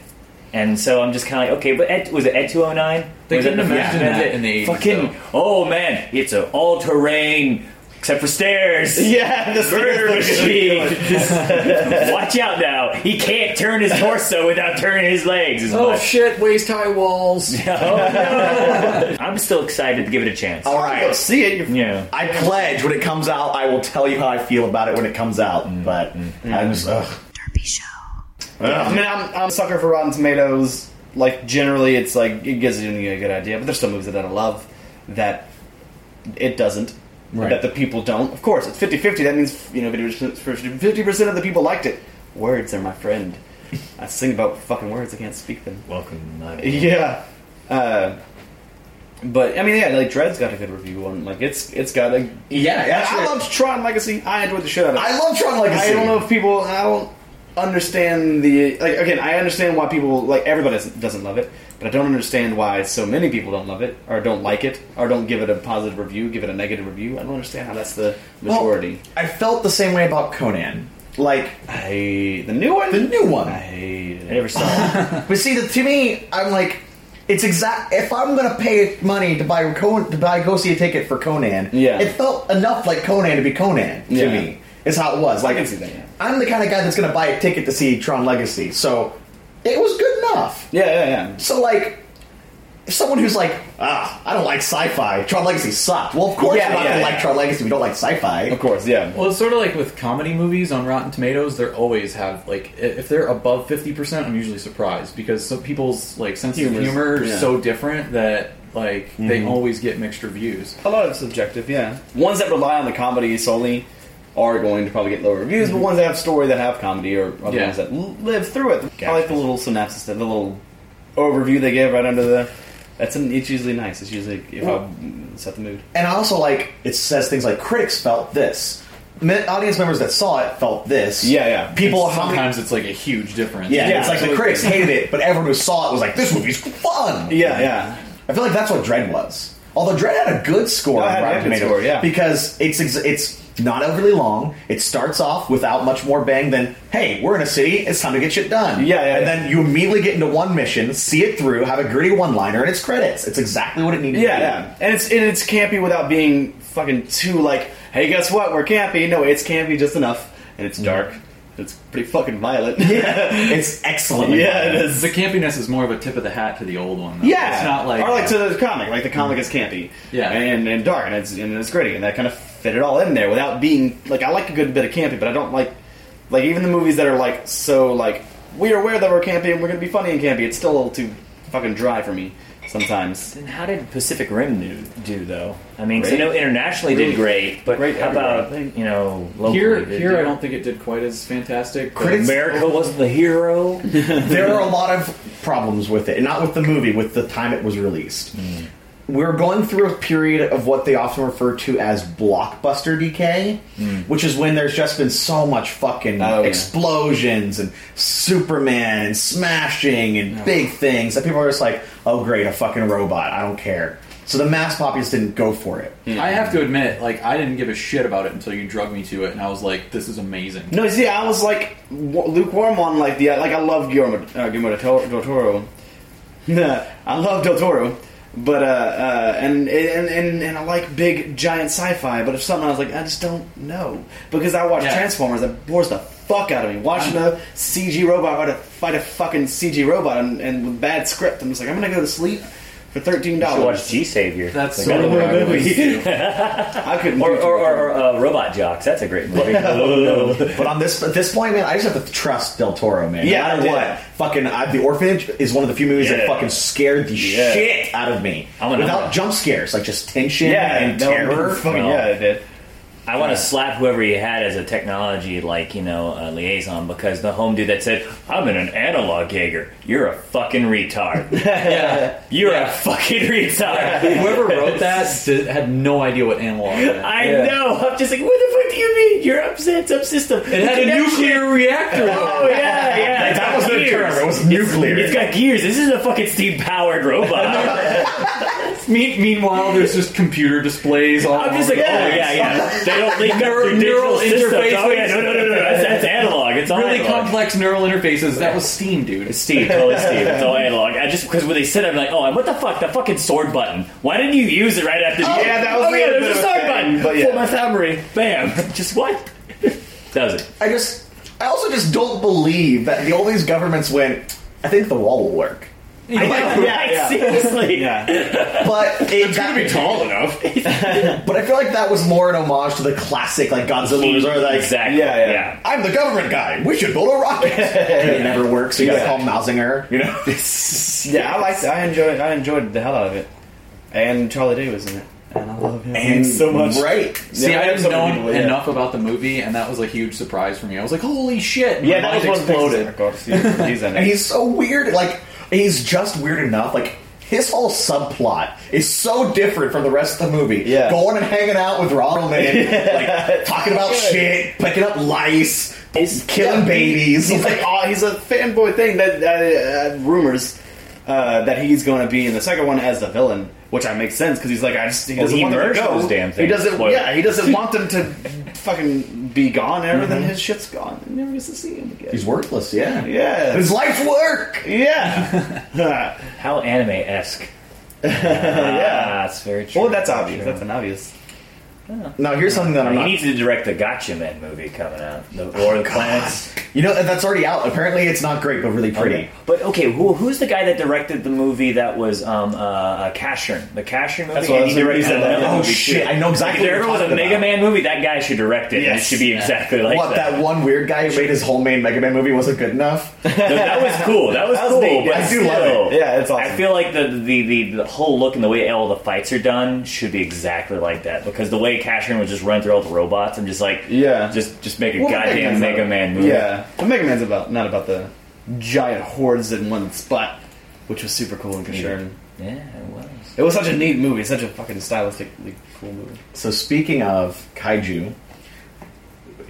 B: And so I'm just kind of like, okay, but Ed, was it Ed 209?
E: They
B: was it
E: couldn't
B: the-
E: imagine
B: yeah,
E: that in the 80s,
B: fucking oh man, it's an all terrain except for stairs.
O: Yeah, the
B: [laughs] murder machine. [laughs] Watch out now. He can't turn his torso without turning his legs. as
E: Oh
B: much.
E: shit! Waist high walls.
B: I'm still excited to give it a chance.
C: All right.
O: see it.
B: Yeah.
C: I pledge when it comes out, I will tell you how I feel about it when it comes out.
O: Mm,
C: But I'm just ugh. Derpy show.
O: I mean, I'm, I'm a sucker for Rotten Tomatoes. Like, generally, it's like, it gives you a good idea, but there's still movies that I love that it doesn't.
E: Right.
O: That the people don't. Of course, it's 50 50. That means, you know, 50% of the people liked it. Words are my friend. I sing about fucking words, I can't speak them.
B: Welcome. my-
O: [laughs] Yeah. Uh, but I mean, yeah, like Dread's got a good review on. Like, it's it's got a
C: Yeah, that's
O: I
C: right.
O: loved Tron Legacy. I enjoyed the shit out of it.
C: I love Tron Legacy.
O: I don't know if people. I don't understand the like. Again, I understand why people like everybody doesn't, doesn't love it, but I don't understand why so many people don't love it or don't like it or don't give it a positive review, give it a negative review. I don't understand how that's the
C: Well,
O: majority.
C: I felt the same way about Conan. Like
O: I the new one,
C: the new one.
O: I
C: [laughs]
B: never saw it.
C: But see, the, to me, I'm like, it's exact. If I'm gonna pay money to buy Con- to buy go see a ticket for Conan,
O: Yeah.
C: it felt enough like Conan to be Conan to
O: Yeah.
C: me. Is how it was. Like,
O: I can see that, yeah.
C: I'm the kind of guy that's gonna buy a ticket to see Tron Legacy, so it was good enough.
O: yeah, yeah, yeah.
C: So like. if Someone who's like, ah, I don't like sci-fi. Tron Legacy sucked. Well, of course
O: Yeah,
C: we're not
O: yeah,
C: gonna
O: yeah.
C: like Tron Legacy. We don't like sci-fi.
O: Of course, yeah.
E: Well, it's sort of like with comedy movies on Rotten Tomatoes. They are always have like i- if they're above fifty percent, I'm usually surprised because some people's like sense of
O: Humor's-
E: humor is
O: yeah.
E: so different that like they always get mixed reviews.
O: A lot of it's subjective, yeah. Ones that rely on the comedy solely are going to probably get lower reviews, but ones that have story that have comedy are, are the
E: Yeah.
O: ones that l- live through it. I like the little synopsis, the little overview they give right under the. That's an, it's usually nice. It's usually if I set the mood.
C: And I also like it says things like critics felt this, Me- audience members that saw it felt this.
O: Yeah, yeah.
C: People how many-
E: Sometimes it's like a huge difference.
C: Yeah,
O: Yeah,
C: it's like the
O: absolutely.
C: critics hated it, but everyone who saw it was like, "This movie's fun."
O: Yeah, yeah.
C: I feel like that's what Dread was. Although Dread had a good score
O: No, it
C: on
O: had a
C: Rotten
O: good
C: Tomatoes,
O: score, yeah.
C: because it's ex- it's not overly long. It starts off without much more bang than, hey, we're in a city, it's time to get shit done. Yeah, yeah. And then you immediately get into one mission, see it through, have a gritty one liner, and it's credits. It's exactly what it needed
O: Yeah,
C: to be.
O: yeah. And it's and it's campy without being fucking too like, hey, guess what? We're campy. No, it's campy just enough, and it's dark. It's pretty fucking violent. Mm. Yeah, [laughs]
C: [laughs] it's excellent.
O: Yeah, it is.
Q: The campiness is more of a tip of the hat to the old one. though.
O: Yeah,
Q: it's not like Mm-hmm.
O: or like to the comic. Like the comic is campy, yeah, and, and dark, and it's and it's gritty, and that kind of fit it all in there without being like I like a good bit of campy, but I don't like like even the movies that are like so like we are aware that we're campy and we're gonna be funny and campy. It's still a little too fucking dry for me sometimes.
B: Then how did Pacific Rim do, do though? I mean, 'cause I
O: Great.
B: know internationally did
O: Really
B: great, but
O: great
B: how about
O: everywhere, I think.
B: you know locally?
E: Here,
B: did
E: here
B: do?
E: I don't think it did quite as fantastic. but-
B: America wasn't the
E: [laughs]
B: hero.
C: there are a lot of problems with it, and not with the movie, with the time it was released. We were going through a period of what they often refer to as blockbuster decay, which is when there's just been so much fucking explosions and Superman and smashing and big things that people are just like, oh great, a fucking robot, I don't care. So the mass populace didn't go for it.
E: I have to admit, like I didn't give a shit about it until you drug me to it, and I was like, "This is amazing."
O: No, see, I was like w- lukewarm on like the like I love Guillermo, uh, Guillermo del Toro. Del Toro. [laughs] I love Del Toro, but uh, uh, and, and and and I like big giant sci-fi. But if something I was like, I just don't know because I watch Transformers that bores the fuck out of me. Watching a CG robot fight a, fight a fucking CG robot and, and with bad script, I'm just like, I'm gonna go to sleep for thirteen
B: You should
O: dollars.
B: watch G Savior.
O: That's
B: Like,
O: sort
B: I
O: of
B: don't know.
O: what I was too. [laughs] I
B: [laughs]
O: couldn't.
B: Or, or, or, or uh, Robot Jocks. That's a great
E: [laughs]
B: movie.
C: but on this at this point, man, I just have to trust Del Toro, man.
B: Yeah,
C: no matter
B: I did.
C: what, fucking I, the Orphanage is one of the few movies that
B: Yeah.
C: fucking scared the
B: Yeah.
C: shit out of me
B: I'm an-
C: without
B: I'm a-
C: jump scares, like just tension
B: Yeah,
C: and
B: no,
O: [laughs]
C: terror.
B: fucking- yeah, it
O: did.
B: I want to slap whoever you had as a technology, like you know, a liaison, because the home dude that said, "I'm in an analog Jaeger," you're a fucking
E: [laughs]
B: retard. You're a fucking retard.
E: Whoever wrote [laughs] that did, had no idea what
Q: [laughs]
E: analog. Is.
B: I know. I'm just like, what the fuck do you mean? You're upset subsystem.
E: It had a
Q: [laughs]
E: nuclear reactor.
B: Oh yeah, yeah.
E: Like,
B: It's
E: that
B: got
E: was their
B: gears.
E: term. It was
B: It's-
E: nuclear.
B: it's got gears. This isn't a fucking steam powered
E: [laughs]
B: robot.
E: Me- meanwhile, there's just computer displays. All
B: I'm just like,
E: over
B: oh
E: the place.
B: yeah, yeah. They don't link up
E: Neural-
B: through digital
E: neural
B: systems.
E: interfaces.
B: Oh yeah, no, no, no, no. That's, that's analog. It's all
E: really
B: analog.
E: complex neural interfaces. That was Steam, dude. It's
B: Steve, totally Steve. It's all analog. I just because when they said, it, I'm like, oh, and what the fuck? The fucking sword button. Why didn't you use it right after?
O: Oh, yeah, that was
B: oh,
O: the
B: yeah,
O: other
B: there's
O: bit
B: a
O: of a
B: sword
O: thing,
B: button.
O: but yeah.
B: Full my Thamri. Bam. [laughs] just what? That was it.
C: I just, I also just don't believe that the, all these governments went. I think the wall will work.
B: [laughs] Yeah, yeah, yeah. seriously. [laughs]
C: But it, it's gonna be
O: tall enough.
C: but I feel like that was more an homage to the classic, like Godzilla was, or like,
B: Exactly, Yeah, yeah. yeah.
C: I'm the government guy. We should build a rocket.
B: [laughs]
C: And it never works. So you
O: Yeah.
C: gotta call Mausinger. You know.
O: Yeah, I liked. I enjoyed. I enjoyed the hell out of it. And Charlie Day was in it, and I love him so much.
E: See, I
O: Yeah, have
E: didn't
O: so
E: know
O: many people, yeah.
E: enough about the movie, and that was a huge surprise for me. I was like, holy shit!
O: Yeah, that was one
E: exploded.
O: He's in
C: and he's so weird. Like he's just weird enough. Like his whole subplot is so different from the rest of the movie. Yeah, going and hanging out with Ronald Man, like talking about shit, picking up lice, killing babies. [laughs]
O: He's like, oh, he's a fanboy thing. That that, uh, rumors uh, that he's going to be in the second one as the villain, which I makes sense because he's like, I just he
B: Well,
O: doesn't
B: he
O: want them to
B: merged
O: go.
B: those damn
O: He
B: things.
O: doesn't.
B: Spoiler.
O: Yeah, he [laughs] doesn't want them to fucking be gone. Ever then his shit's gone. He never gets to see him again.
C: He's worthless. Yeah,
O: Yeah, [laughs]
C: His life's work.
O: Yeah.
B: How anime
C: [laughs]
B: esque.
O: yeah,
B: that's very true.
O: Well, that's obvious. That's an obvious.
C: Now here's something that I'm
B: he
C: not-
B: needs to direct the Gotcha Man movie coming out. The
C: Oh,
B: War of the Planets.
C: You know that's already out. Apparently, it's not great, but really pretty.
B: Okay. But okay, who, who's the guy that directed the movie that was um, uh, uh, Cashern? The Cashern movie.
C: That's what I
B: And
C: was
B: he directed
C: gonna say.
B: another
C: Oh,
B: movie,
C: shit,
B: too.
C: I know exactly
B: If there
C: what
B: ever
C: you're
B: was a
C: talking
B: Mega
C: about.
B: Man movie, that guy should direct it. And it should be exactly like
C: what that. one weird guy who made his whole main Mega Man movie wasn't good enough.
B: No, that was cool. That was,
C: That was
B: cool.
C: neat.
B: but
C: I do
B: still,
C: love it. Yeah, it's awesome.
B: I feel like the, the, the, the whole look and the way all the fights are done should be exactly like that because the way Cashman would just run through all the robots, I'm just like, yeah, just just make a
O: Well,
B: goddamn
O: Man's
B: Mega
O: about-
B: Man movie.
O: Yeah, but Mega Man's about not about the giant hordes in one spot, which was super cool in Kashern.
B: Yeah, it was.
O: It was such a neat movie, such a fucking stylistically cool movie.
C: So speaking of kaiju, you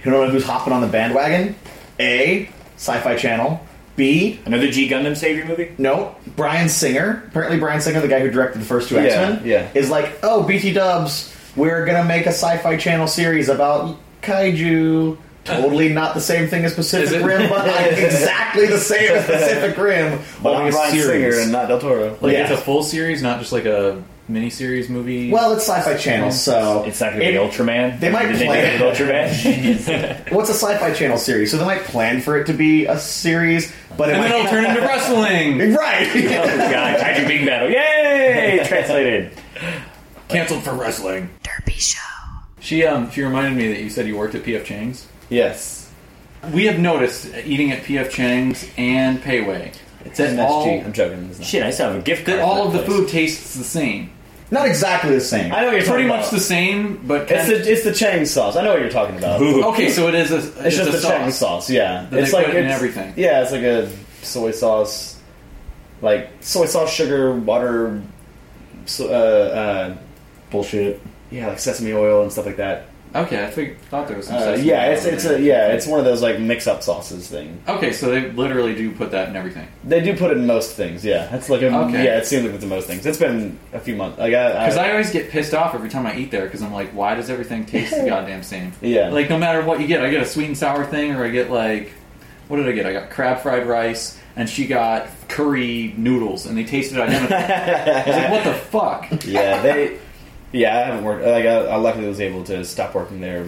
C: know who's hopping on the bandwagon? A. Sci-Fi Channel. B.
B: Another G Gundam Savior movie?
C: No. Brian Singer. Apparently, Brian Singer, the guy who directed the first two
O: Yeah,
C: X Men,
O: yeah.
C: is like, oh, BT Dubs. We're gonna make a Sci-Fi Channel series about kaiju. Totally not the same thing as Pacific Rim, but like exactly the same as Pacific Rim.
E: But
C: on
E: a
C: Bryan
E: series.
C: Singer and not Del Toro.
E: Like
C: Yeah.
E: it's a full series, not just like a miniseries movie.
C: Well, it's Sci-Fi Channel, so
E: it's not
C: gonna be It-
E: Ultraman.
C: they might Did they play do it with [laughs]
B: Ultraman. [laughs]
C: What's a Sci-Fi Channel series? So they might plan for it to be a series, but it
B: And
C: might
O: [laughs]
B: then it'll turn into
E: wrestling,
C: right?
B: Oh god, Kaiju Big Battle! Yay! Translated.
E: Cancelled for wrestling. Derpy show. She um she reminded me that you said you worked at PF Chang's.
O: Yes.
E: We have noticed uh, eating at PF Chang's and Payway. It's that
O: MSG.
E: all
O: I'm joking. It's not.
B: Shit, I still have a gift
E: that
B: card for
E: all of
B: that
E: the food tastes the same.
C: Not exactly the same.
B: Oh,
O: I know what you're
E: Pretty
O: talking
E: much
O: about.
E: the same, but
O: It's
E: kind of-
O: the it's the Chang sauce. I know what you're talking
E: [laughs]
O: about.
E: okay, so it is a
O: It's, just
E: a
O: the
E: sauce.
O: Chang sauce. Yeah,
E: that they
O: it's like
E: put in
O: it's-
E: everything.
O: Yeah, it's like a soy sauce, like soy sauce, sugar, water, so, uh, uh, bullshit. Yeah, like sesame oil and stuff like that.
E: Okay, I figured, thought there was some
O: Uh,
E: sesame
O: yeah,
E: oil
O: it's
E: in
O: it's
E: there.
O: a yeah, it's one of those like mix up sauces thing.
E: Okay, so they literally do put that in everything.
O: They do put it in most things. Yeah, that's like a,
E: Okay.
O: yeah, it seems like it's in most things. It's been a few months. Like I,
E: Because I always get pissed off every time I eat there because I'm like, why does everything taste the goddamn same?
O: Yeah.
E: Like, no matter what you get, I get a sweet and sour thing, or I get like, what did I get? I got crab fried rice, and she got curry noodles, and they tasted identical. I was like, what the fuck? [laughs]
O: [laughs] yeah, they. Yeah, I haven't worked. Like, I, I luckily was able to stop working there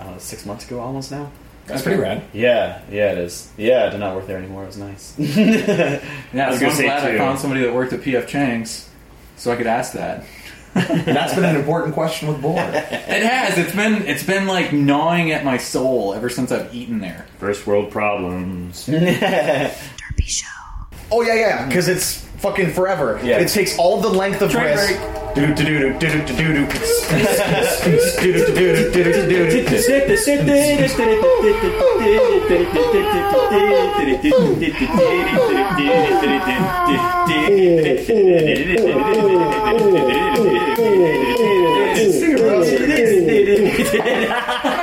O: uh, six months ago, almost now.
E: That's pretty rad.
O: Yeah, yeah, it is. Yeah, I did not work there anymore. It was
B: [laughs]
O: nice.
E: Yeah,
O: I was
E: so I'm
O: gonna say,
E: glad I
O: too.
E: found somebody that worked at PF Chang's so I could ask that.
C: That's been an important question with Boar.
E: It has. It's been it's been like gnawing at my soul ever since I've eaten there.
B: First world problems.
C: Oh yeah,
O: Mm-hmm.
C: yeah, because it's fucking forever.
B: Yeah.
C: It takes all the length of
B: Drink
C: rest. Do do do do do do do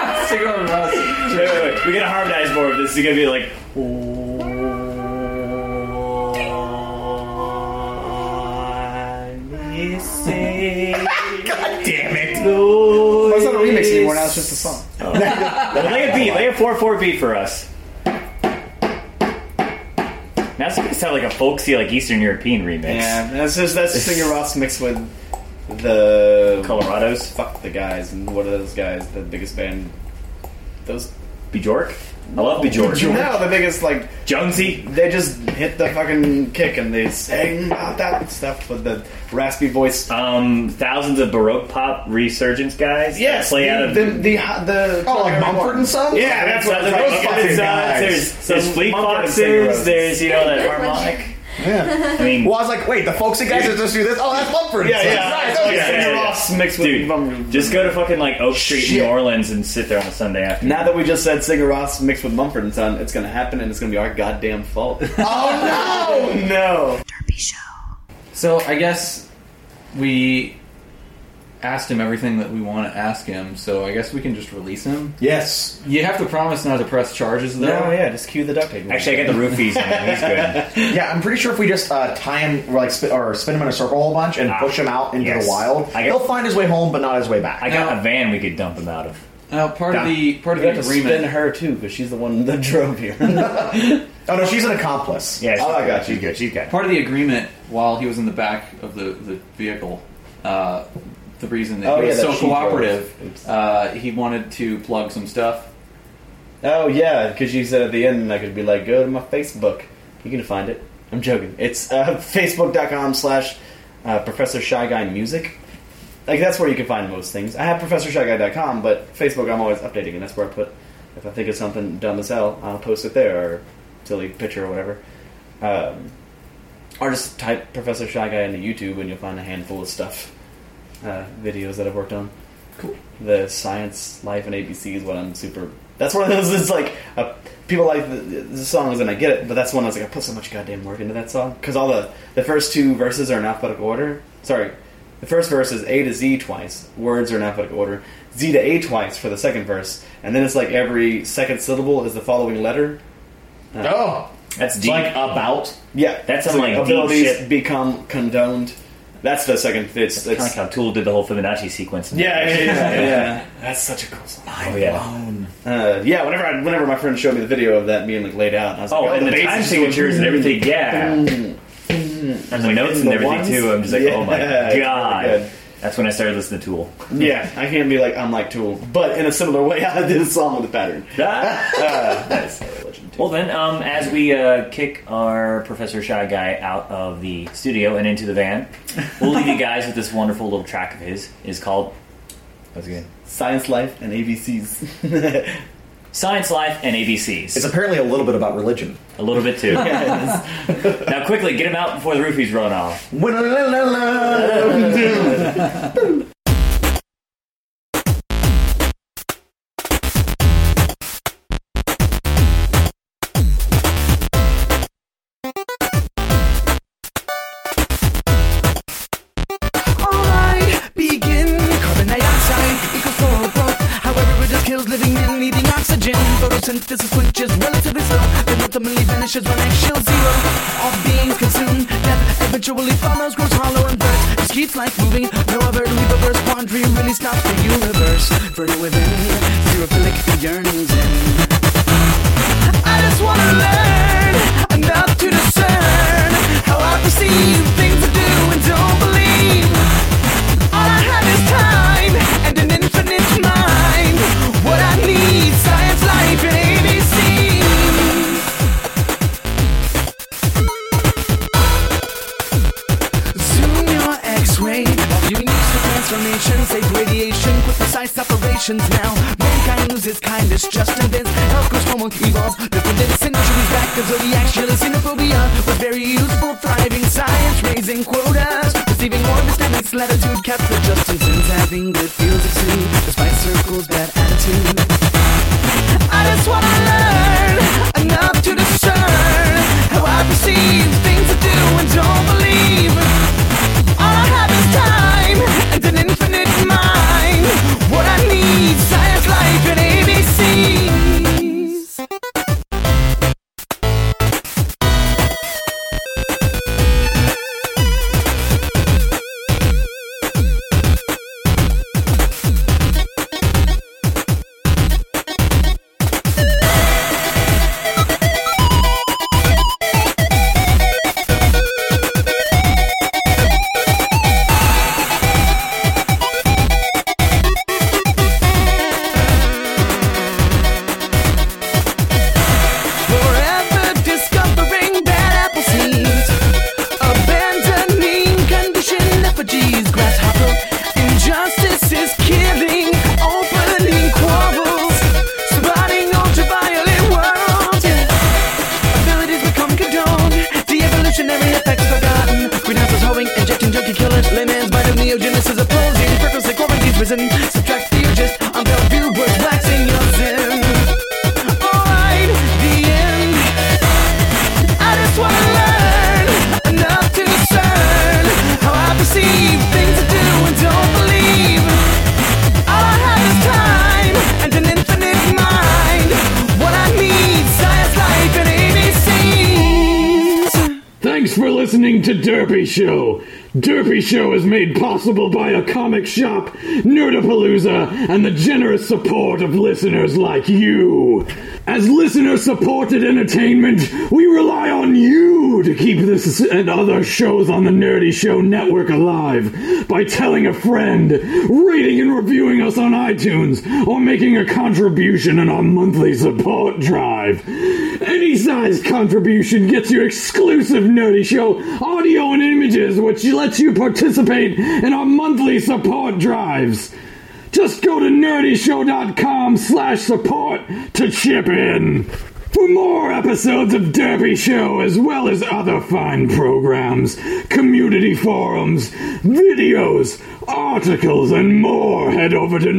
B: Wait, wait, wait. We gotta harmonize more of this. It's gonna be like.
C: God damn it!
B: Well,
C: it's not a remix anymore. Now it's just a song.
B: lay a beat. Lay a four four beat for us. Now it's gonna sound like a folksy, like Eastern European remix.
O: yeah, that's just that's
C: [laughs]
O: Singer Ross mixed with the
B: Colorados.
O: Fuck the guys and what are those guys? The biggest band. Those
B: Bjork. I love Bjork.
O: No, the biggest like
B: Jonesy.
O: They just hit the fucking kick and they sang about that stuff with the raspy voice.
B: Um, thousands of baroque pop resurgence guys.
O: Yes,
B: play
O: the,
B: out of
O: the, the, the
C: oh, like Mumford and Sons.
O: Yeah, that's what
B: Those
O: I'm talking about.
B: fucking guys. There's, there's Fleet Foxes. There's you know that harmonic.
C: Yeah.
B: I mean,
C: Well, I was like, wait, the folksy guys that just do this. Oh, that's Mumford. and
B: Yeah,
C: Sons.
B: yeah,
C: Right, that was Singer Ross.
O: mixed with
B: Dude, just go to fucking like Oak Street in New Orleans and sit there on a Sunday afternoon.
O: Now that we just said Singer Ross mixed with Mumford and Son, it's gonna happen and it's gonna be our goddamn fault.
C: Oh no!
O: no.
E: So I guess we asked him everything that we want to ask him. So I guess we can just release him.
C: Yes.
E: You have to promise not to press charges, though.
O: No, yeah, just cue the duct tape.
B: Actually, I got the roofies on. He's [laughs] good.
C: Yeah, I'm pretty sure if we just uh, tie him, or like spin, or spin him in a circle a whole bunch and push him out into
B: Ah, yes.
C: the wild,
B: I got-
C: he'll find his way home, but not his way back.
B: I got a van we could dump him out of.
E: Now, Uh, part of
C: Yeah.
E: the part of
O: We have
E: the
O: to
E: agreement.
O: spin her too because she's the one that
B: [laughs]
O: drove here.
C: Oh no, she's an accomplice.
B: Yeah.
O: Oh, I got
B: She's good. She's good.
E: Part of the agreement, while he was in the back of the, the vehicle, uh, the reason that
O: Oh,
E: he was
O: yeah, that
E: so
O: she drove.
E: cooperative,
O: Oops.
E: uh, he wanted to plug some stuff.
O: oh yeah, because she said at the end I could be like, go to my Facebook. You can find it. I'm joking. It's uh, [laughs] facebook.com slash uh, Professor Shy Guy Music. Like that's where you can find most things. I have ProfessorShyGuy.com, but Facebook I'm always updating, and that's where I put. If I think of something dumb as hell, I'll post it there or silly picture or whatever. Um, or just type Professor Shy Guy into YouTube and you'll find a handful of stuff. Uh, videos that I've worked on. Cool. The Science, Life, and ABC is what I'm super. That's one of those that's like. Uh, people like the, the songs and I get it, but that's one I was like, I put so much goddamn work into that song. Because all the, the first two verses are in alphabetical order. Sorry. The first verse is A to Z twice. Words are in alphabetical order. Z to A twice for the second verse. And then it's like every second syllable is the following letter.
C: Oh,
B: That's deep.
C: like about.
O: Yeah,
B: That's
O: it's
B: some, like, deep
O: abilities
B: shit.
O: become condoned. That's the second. It's,
B: kind of like how Tool did the whole Fibonacci sequence. in
O: Yeah,
B: the-
O: yeah, yeah, yeah.
Q: That's such a cool song.
O: Oh Uh, yeah, whenever I, whenever my friend showed me the video of that being like laid out, and I was
B: Oh,
O: like,
B: and the
O: bass
B: time
O: is going-
B: signatures and everything, yeah.
O: Mm.
B: And the notes and
O: the
B: everything
O: ones?
B: too. I'm just like, oh my
O: Yeah, [laughs] it's really
B: god.
O: good.
B: That's when I started listening to
O: [laughs]
B: Tool.
O: Yeah, I can't be like I'm like Tool, but in a similar way, [laughs] I did a song with a pattern.
B: Ah. Well, then, um, as we uh, kick our Professor Shy guy out of the studio and into the van, we'll leave you guys with this wonderful little track of his. It's called. What's it again?
O: Science Life and [laughs] ABCs.
B: Science Life and ABCs.
F: It's apparently a little bit about religion.
B: A little bit too.
F: Yes.
B: now, quickly, get him out before the roofies run off.
G: All I begin carbon dioxide equals floral growth. However, it just kills living and needing oxygen. Photosynthesis, which is relatively slow, then ultimately vanishes when I shield zero. All beings consume death eventually follows, grows hollow and bursts. Just keeps life moving. No other leap of verse quandary really stops the universe. Fertile within, neurophilic yearnings in. I just wanna learn enough to discern how I perceive things I do and don't believe. All I have is time and an infinite mind. What I need, science, life, and ABC. Zoom your X-ray. Unique to transformation, safe radiation, quick precise operations now. Mankind loses kindness, just invents. Health grows formal, evolves. Different than centuries back, the zodiac shield is xenophobia. With very useful, thriving science, raising quotas. Receiving more mistakes, latitude kept for just since having good fields of sea. Despite circles, bad attitude. I just wanna learn enough to discern how I perceive things I do and don't believe. All I have is time and an infinite mind. What I need, science, life, and ABCs. Forever discovering bad apple seeds. Abandoning conditioned effigies. Grasshopper injustice is killing. Opening quarrels. Spotting ultraviolet worlds. Abilities become condoned. The evolutionary effects forgotten. Greenhouses hoeing, injecting junkie killers. Layman's mind of neogenesis opposing. Frequency quarantines risen. Subtract theogist. Unveiled viewers waxing your sin. Alright, the end. I just wanna learn enough to discern how I perceive things I do and don't believe. All I have is time and an infinite mind. What I need, science, life, and ABCs.
P: Thanks for listening to Derpy Show. Derpy Show is made possible by a comic shop, Nerdapalooza, and the generous support of listeners like you. As listener supported entertainment, we rely on you to keep this and other shows on the Nerdy Show network alive by telling a friend, rating and reviewing us on iTunes, or making a contribution in our monthly support drive. Any size contribution gets you exclusive Nerdy Show audio and images, which lets you participate in our monthly support drives. Just go to nerdyshow.com slash support to chip in. For more episodes of Derby Show, as well as other fine programs, community forums, videos, articles, and more, head over to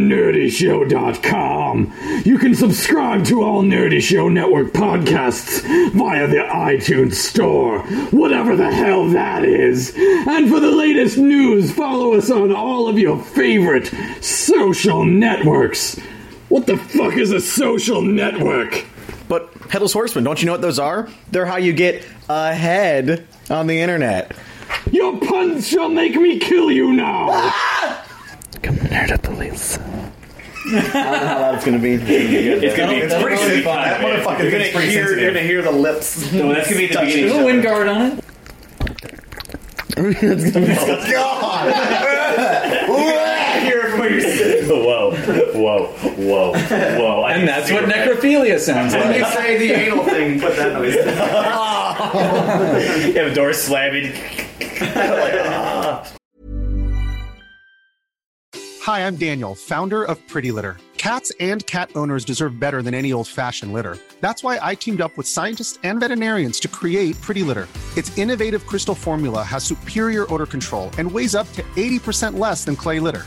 P: nerdyshow.com. You can subscribe to all Nerdy Show Network podcasts via the iTunes Store, whatever the hell that is. And for the latest news, follow us on all of your favorite social networks. What the fuck is a social network?
C: But headless horsemen, don't you know what those are? They're how you get ahead on the internet.
P: Your puns shall make me kill you now!
E: [laughs]
P: Come here to police.
C: I don't know how loud it's gonna be. It's [laughs] gonna be, good,
B: It's gonna be-
C: though.
B: it's pretty sensitive.
C: That motherfucking
B: You're
C: thing's
B: gonna
C: pretty
B: hear-
C: sensitive.
B: you're gonna
C: hear the lips.
B: [laughs] No, that's gonna be at the beginning.
E: Put a wind guard on it.
C: That's gonna be God! hear it from where you're sitting.
B: Whoa, whoa, whoa, whoa.
E: And that's what necrophilia sounds like.
B: you say the anal
E: thing, put that noise
B: you have a door slamming.
R: Hi, I'm Daniel, founder of Pretty Litter. Cats and cat owners deserve better than any old fashioned litter. That's why I teamed up with scientists and veterinarians to create Pretty Litter. Its innovative crystal formula has superior odor control and weighs up to 80% less than clay litter.